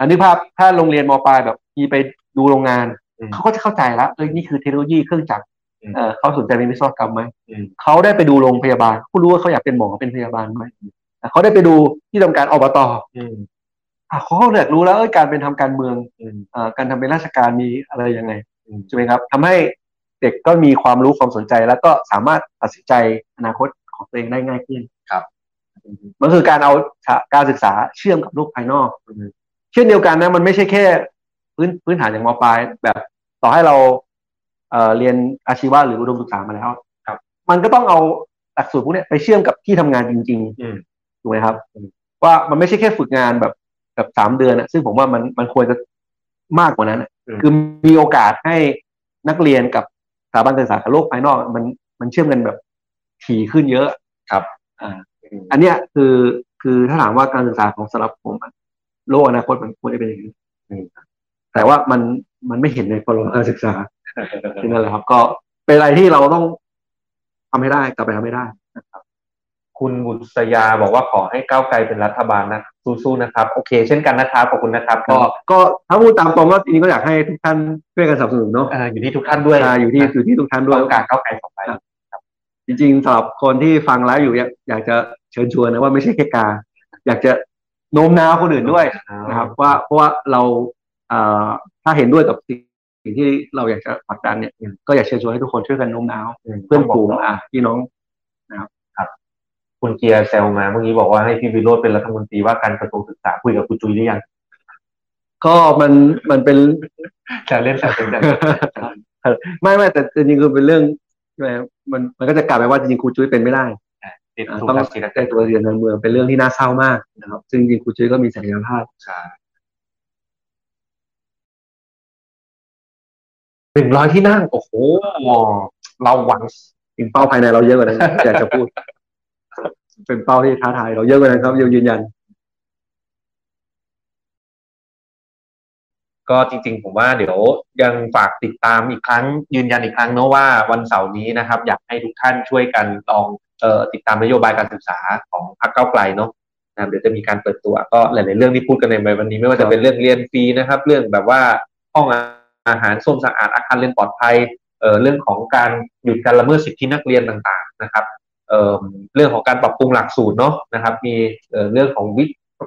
Speaker 1: อันนี้ภาพถ้าโรงเรียนมปลายแบบมีไปดูโรงงาน
Speaker 2: อืม
Speaker 1: เขาก็จะเข้าใจแล้วเอ้ยนี่คือเทคโนโลยีเครื่องจักร
Speaker 2: อืม
Speaker 1: เอ่อเขาสนใจเป็นวิศวกรรมไหม
Speaker 2: อืม
Speaker 1: เขาได้ไปดูโรงพยาบาลเขารู้ว่าเขาอยากเป็นหมอเป็นพยาบาลไหมอ่ะเขาได้ไปดูที่ทำการอบต
Speaker 2: อืม
Speaker 1: อ่ะเขาก็อยากรู้แล้วเอ้ยการเป็นทำการเมือง
Speaker 2: อืม
Speaker 1: เอ่อการทำเป็นราชการมีอะไรยังไง
Speaker 2: อืม
Speaker 1: ใช่ไหมครับทำให้เด็กก็มีความรู้ความสนใจแล้วก็สามารถตัดสินใจอนาคตของตัวเองได้ง่ายขึ้น มันคือการเอาการศึกษาเชื่อมกับโลกภายนอก
Speaker 2: อืม
Speaker 1: เช่นเดียวกันนะ มันไม่ใช่แค่พื้นพื้นฐานอย่างมปลายแบบ ต่อให้เราเอ่อเรียนอาชีวะหรืออุดมศึกษามาแล้ว
Speaker 2: ครับ
Speaker 1: มันก็ต้องเอาหลักสูตรพวกเนี้ยไปเชื่อมกับที่ทำงานจริง
Speaker 2: อืม
Speaker 1: ๆถูกไหมครับ
Speaker 2: อืม
Speaker 1: ว่ามันไม่ใช่แค่ฝึกงานแบบแบบสามเดือนอะซึ่งผมว่ามันมันควรจะมากกว่านั้นอะคือมีโอกาสให้นักเรียนกับสถาบันการศึกษากับโลกภายนอก มันมันเชื่อมกันแบบถี่ขึ้นเยอะ อันเนี้ยคือคือถ้าถามว่าการศึกษาของสำหรับผมอะโลกอนาคตมันควรจะเป็นอย่างนี้
Speaker 2: อืม
Speaker 1: แต่ว่ามันมันไม่เห็นในพรบการศึกษาที่นั่นแหละครับ ก็เป็นอะไรที่เราต้องทำให้ได้กลับไปทำให้ได้
Speaker 2: คุณบุษยาบอกว่าขอให้ก้าวไกลเป็นรัฐบาลนะสู้ๆนะครับ โอเค เช่นกันนะครับขอบคุณนะครับ
Speaker 1: ก็
Speaker 2: ก็
Speaker 1: ก็ถ้าพูดตามตรงก็จริงๆก็อยากให้ทุกท่านช่วยกันสนับสนุนเนาะ
Speaker 2: เอ่ออยู่ที่ทุกท่านด้วย
Speaker 1: อ่าอยู่ที่
Speaker 2: นะ
Speaker 1: อยู่ที่ทุกท่านด้ว
Speaker 2: ต้
Speaker 1: ย
Speaker 2: องการก้าวไกลต่อไป
Speaker 1: ครับ จริงๆสำหรับคนที่ฟังไลฟ์อยู่อยากอยากจะเชิญชวนนะว่าไม่ใช่แค่กา อยากจะโน้มน้าวคนอื่นด้วย นะครับว่าเพราะว่าเราเอ่อถ้าเห็นด้วยกับสิ่งที่เราอยากจะผลักดันเนี่ย
Speaker 2: อืม
Speaker 1: ก็อยากเชิญชวนให้ทุกคนช่วยกันโน้มน้าว
Speaker 2: ม
Speaker 1: เพื่อนฝูงอ่ะพี่น้อง
Speaker 2: คุณเกียร์แซวมาเมื่อกี้บอกว่าให้พี่วิโรจน์เป็นรัฐมนตรีว่าการกระทรวงศึกษาคุยกับคุณจุ้ยหรือยัง
Speaker 1: ก็มันมันเป็น (laughs)
Speaker 2: จะเล่นแต่เป็นแต่
Speaker 1: ไม่ไม่แต่จริงๆคือเป็นเรื่องใช่ไหมมันมันก็จะกลับไปว่าจริงๆครูจุ้ยเป็นไม่ได้
Speaker 2: ติด
Speaker 1: อ่ะ
Speaker 2: ถูก
Speaker 1: ต้อง
Speaker 2: ตัดสิน
Speaker 1: ได้ตัวเรียนการเมืองเป็นเรื่องที่น่าเศร้ามากนะครับซึ่งจริงๆครูจุ้ยก็มีศักยภาพ
Speaker 2: หนึ่งร้อยที่นั่ง โอ้โห เราหวัง
Speaker 1: ถึงเป้าภายในเราเยอะกว่านั้น (laughs) อยากจะพูด เป็นเป้าที่ท้าทายเราเยอะกว่านั้นครับยังยืนยัน
Speaker 2: ก็จริงๆ ผมว่าเดี๋ยวยังฝากติดตามอีกครั้งยืนยันอีกครั้งเนอะว่าวันเสาร์นี้นะครับ อยากให้ทุกท่านช่วยกันลองเอ่อติดตามนโยบายการศึกษาของพรรคก้าวไกลเนอะนะครับเดี๋ยวจะมีการเปิดตัวก็หลายๆเรื่องที่พูดกันในวันนี้ ไม่ว่า
Speaker 1: ครั
Speaker 2: จะ
Speaker 1: บ
Speaker 2: เป็นเรื่องเรียนฟรีนะครับ เรื่องแบบว่าห้องอาหารส้วมสะอาดอาคารเรียนปลอดภัยเอ่อเรื่องของการหยุดการละเมิดสิทธินักเรียนต่างๆนะครับเอ่อเรื่องของการปรับปรุงหลักสูตรเนอะนะครับ มีเอ่อเรื่องของวิ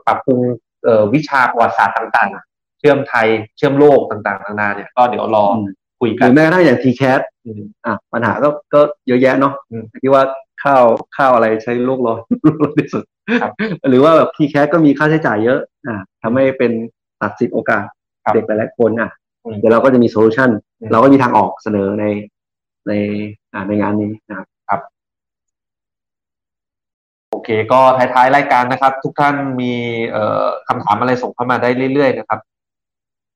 Speaker 2: ปรับปรุงเอ่อวิชาประวัติศาสตร์ต่างๆ เชื่อมไทยเชื่อมโลกต่างๆนานาเนี่ยก็เดี๋ยวรอ
Speaker 1: อืม
Speaker 2: คุย
Speaker 1: ห
Speaker 2: กั
Speaker 1: รื
Speaker 2: น
Speaker 1: อแม้กระทั่งอย่างทีแคส อ่ะปัญหาก็ก็เยอะแยะเนาะ
Speaker 2: อืม
Speaker 1: ที่ว่าใค ข้าวข้าวอะไรใช้โลกร้อน (laughs) โลกร้อนที่สุด
Speaker 2: ครับ
Speaker 1: หรือว่าแบบพีแคสก็มีค่าใช้จ่ายเยอะ อ่าทำให้เป็นตัดสิทธิโอกาส
Speaker 2: ครับ
Speaker 1: เด็กหลายๆคนอ่ะ
Speaker 2: อืม
Speaker 1: เดี๋ยวเราก็จะมีโซลูชัน
Speaker 2: อืม
Speaker 1: เราก็มีทางออกเสนอในในอ่าในงานนี้นะครับ
Speaker 2: โอเค ก็ท้ายๆรายการนะครับ ทุกท่านมีเอ่อคำถามอะไรส่งเข้ามาได้เรื่อยๆนะครับ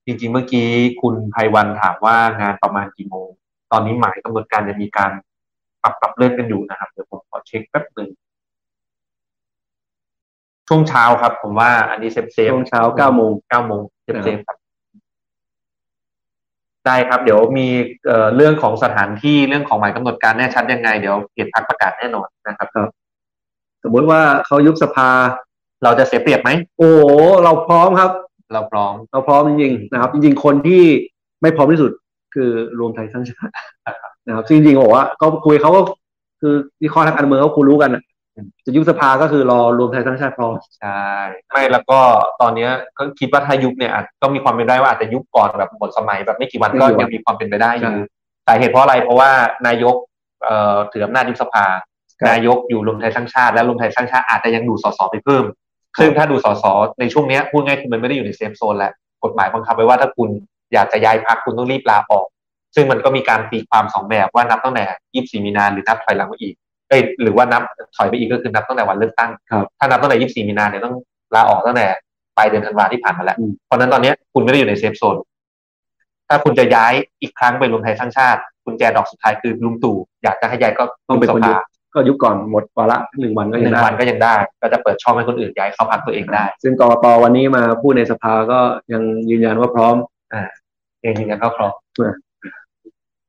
Speaker 2: จริงๆเมื่อกี้คุณไพวันถามว่างานประมาณกี่โมง ตอนนี้หมายกำหนดการจะมีการปรับปรับเลื่อนกันอยู่นะครับเดี๋ยวผมขอเช็คแป๊บหนึ่งช่วงเช้าครับ ผมว่าอันนี้เซฟเซฟ
Speaker 1: ช่วงเช้าเก้าโมง
Speaker 2: เก้าโมงเซฟ
Speaker 1: นะ
Speaker 2: เซ
Speaker 1: ครับ
Speaker 2: ฟครับ ได้ครับ เดี๋ยวมีเอ่อเรื่องของสถานที่เรื่องของหมายกำหนดการแน่ชัดยังไงเดี๋ยวเพจพักประกาศแน่นอนนะครับ
Speaker 1: สมมุติว่าเขายุบสภา
Speaker 2: เราจะเสียเปรียบไหม
Speaker 1: โอ้โหเราพร้อมครับ
Speaker 2: เราพร้อม
Speaker 1: เราพร้อมจริงๆนะครับจริงๆคนที่ไม่พร้อมที่สุดคือรวมไทยสร้างชาติ (laughs) นะครับซึ่งจริงๆบอกว่าก็คุยเขาก็คือวิเคราะห์ทางการเมืองเขาคุยรู้กันน่ะ
Speaker 2: อืม
Speaker 1: จะยุบสภาก็คือรอรวมไทยสร้างชาติพร้อม
Speaker 2: ใช่ ไม่แล้วก็ตอนเนี้ยก็คิดว่าถ้ายุบเนี่ยอาจก็มีความเป็นได้ว่าอาจจะยุบก่อนแบบหมดสมัยแบบไม่กี่วันก็ยังมีความเป็นไปได้อยู่สาเหตุเพราะอะไรเพราะว่านายกเอ่อถืออำนาจยุบสภา นายกอยู่รวมไทยสร้างชาติและรวมไทยสร้างชาติอาจจะยังดูดสสไปเพิ่ม ซึ่งถ้าดูดสสในช่วงเนี้ยพูดง่ายคือมันไม่ได้อยู่ในเซฟโซนแล้วกฎหมายบังคับไว้ว่าถ้าคุณอยากจะย้ายพักคุณต้องรีบลาออก ซึ่งมันก็มีการตีความสองแบบว่านับตั้งแต่ 24 มีนาหรือนับถอยหลังไปอีกเอ้ยหรือว่านับถอยไปอีกก็คือนับตั้งแต่วันเลือกตั้ง ถ้านับตั้งแต่ 24 มีนาเนี่ยต้องลาออกตั้งแต่ปลายเดือนธันวาที่ผ่านมาแล้ว เพราะฉะนั้นตอนเนี้ยคุณไม่ได้อยู่ในเซฟโซน ถ้าคุณจะย้ายอีกครั้งไปรวมไทยสร้างชาติ คุณแจดอกสุดท้ายคือลุงตู่อยากจะให้ย้ายก็
Speaker 1: ต้องเป็นคนยุบ
Speaker 2: สภา
Speaker 1: ก็ยุบก่อนหมดวาระหนึ่งวันก็
Speaker 2: ห
Speaker 1: ยัง
Speaker 2: นึ่ง
Speaker 1: ได้
Speaker 2: วันก็ยังได้ ก็จะเปิดช่องให้คนอื่นย้ายเข้าพักตัวเองได้
Speaker 1: ซึ่งกรกตวันนี้มาพูดในสภาก็ยังยืนยันว่าพร้อม
Speaker 2: เองยืนยันเข้าครอง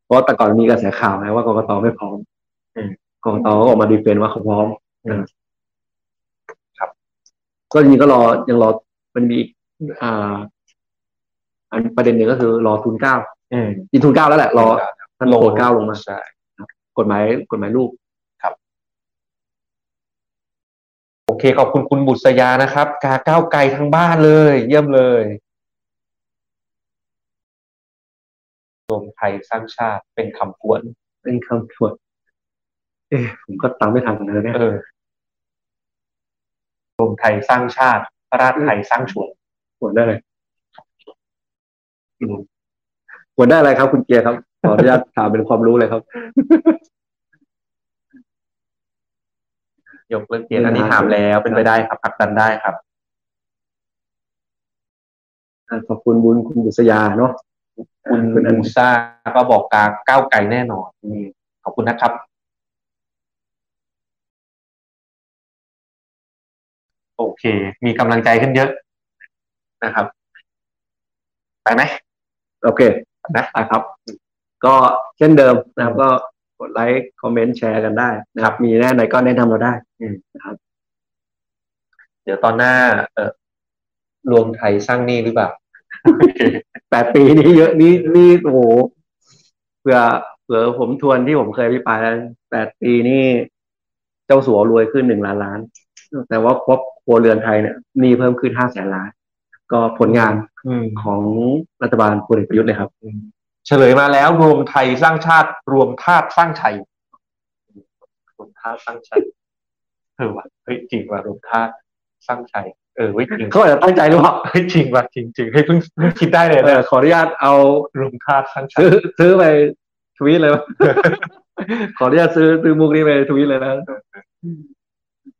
Speaker 1: เพราะแต่ก่อนมีกระแสข่าวนะว่ากรกตไม่พร้อม
Speaker 2: อืม
Speaker 1: กรกตก็ออกมาดีเฟนต์ว่าเขาพร้อม
Speaker 2: อืมครับ
Speaker 1: ก็จริงๆก็รอยังรอมันมีอีกอ่า อันประเด็นหนึ่งก็คือรอทุนเกล้า
Speaker 2: อืม
Speaker 1: จริงทุนเกล้าแล้วแหละรอท่านโปรดเกล้าลงมา
Speaker 2: ใช่
Speaker 1: กฎหมายกฎหมายลูก
Speaker 2: โอเคขอบคุณคุณบุษยานะครับ กาก้าวไกลทั้งบ้านเลย เยี่ยมเลยรวมไทยสร้างชาติเป็นคำพวน
Speaker 1: เป็นคำตรวจเอ๊ะผมก็ตามไม่ทันเลยเนี่ย
Speaker 2: เออรวมไทยสร้างชาติ ราชไทยสร้างชวน
Speaker 1: ตรวจได้เลยตรวจได้อะไรครับ คุณเกียร์ครับ ขออนุญาตถามเป็นความรู้เลยครับ
Speaker 2: ยกเลิกเปลี่ยนอันนี้ถามแล้วเป็นไปได้ครับผลักดันได้ครับ
Speaker 1: อ่ะขอบคุณบุญคุณบุษยาเนาะ
Speaker 2: คุณ
Speaker 1: คุณอัน
Speaker 2: มูซ่าก็บอกกาก้าวไกลแน่นอนอืมขอบคุณนะครับ โอเค มีกำลังใจขึ้นเยอะนะครับ ไปไหม
Speaker 1: โอเคนะอ่ะครับ ก็เช่นเดิมนะครับ ก็กดไลค์คอมเมนต์แชร์กันได้นะครับ มีแน่ไหนก็แนะนำเราได้
Speaker 2: เดี๋ยวตอนหน้า เออรวมไทยสร้างหนี้หรือเปล่า
Speaker 1: แปดปีนี้เยอะนี่นี่โอ้โหเผื่อเผื่อผมทวนที่ผมเคยพิปรายแล้วแปดปีนี่เจ้าสัวรวยขึ้นหนึ่งล้านล้าน แต่ว่าครอบครัวเรือนไทยเนี่ยหนี่เพิ่มขึ้นห้าแสนล้าน ก็ผลงาน
Speaker 2: อืม
Speaker 1: ของรัฐบาลพลเอกประยุทธ์เลยครับ
Speaker 2: เฉลยมาแล้วรวมไทยสร้างชาติรวมธาตุสร้างชัยรวมธาตุสร้างชัยเออว่ะเฮ้ยจริงว่ะรวมธาตุสร้างชัยเออเฮ้ยจริง
Speaker 1: เขาอาจจะตั้งใจหรือเปล่า
Speaker 2: เฮ้ยจริงว่ะจริงจริงเฮ้ยเพิ่งเพิ่งคิดได้เลย
Speaker 1: เอ
Speaker 2: นะ
Speaker 1: อขออนุญาตเอา
Speaker 2: รวมธาตุสร้างชัย
Speaker 1: ซื้อซื้อไปทวีตเลยวะ ขออนุญาตซื้อซื้อมุกนี้ไปทวีตเลยนะ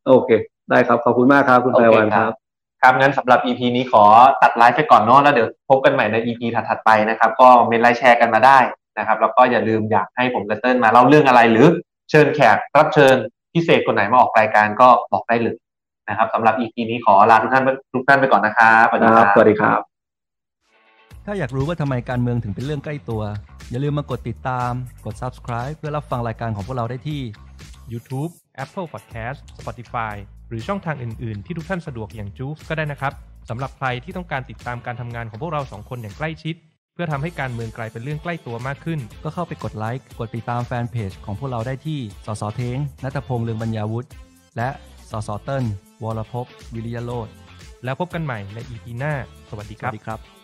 Speaker 1: โอเค ได้ครับ ขอบคุณมากครับ คุณไพรวันครับ
Speaker 2: ครับงั้นสำหรับ EP นี้ขอตัดไลฟ์ไปก่อนเนาะแล้วเดี๋ยวพบกันใหม่ใน EP ถัดๆไปนะครับ ก็เมนไลน์แชร์กันมาได้นะครับ แล้วก็อย่าลืมอยากให้ผมกับเติ้ลมาเล่าเรื่องอะไร หรือเชิญแขกรับเชิญพิเศษคนไหนมาออกรายการก็บอกได้เลยนะครับสำหรับ EP นี้ขอลาทุกท่านทุกท่านไปก่อนนะครับสวัสดี
Speaker 1: ค
Speaker 2: ค
Speaker 1: รั
Speaker 2: รับ บ
Speaker 1: สวัสดีครับ
Speaker 3: ถ้าอยากรู้ว่าทำไมการเมืองถึงเป็นเรื่องใกล้ตัว อย่าลืมมากดติดตาม กด subscribe เพื่อรับฟังรายการของพวกเราได้ที่
Speaker 4: YouTube, Apple Podcast, Spotify หรือช่องทางอื่น ๆ ที่ทุกท่านสะดวกอย่างจูฟก็ได้นะครับ สำหรับใครที่ต้องการติดตามการทำงานของพวกเราสองคนอย่างใกล้ชิด เพื่อทำให้การเมืองกลายเป็นเรื่องใกล้ตัวมากขึ้น
Speaker 3: ก็เข้าไปกดไลค์กดติดตามแฟนเพจของพวกเราได้ที่ สสเทงนัตพงษ์เลืองบรรยาวุฒิและสสเติ้ลวรภพวิริยโรธ
Speaker 4: แล้วพบกันใหม่ใน EP หน้า สวัสดี
Speaker 3: ส
Speaker 4: ค
Speaker 3: วั
Speaker 4: รั
Speaker 3: ส
Speaker 4: บ
Speaker 3: ดีครับ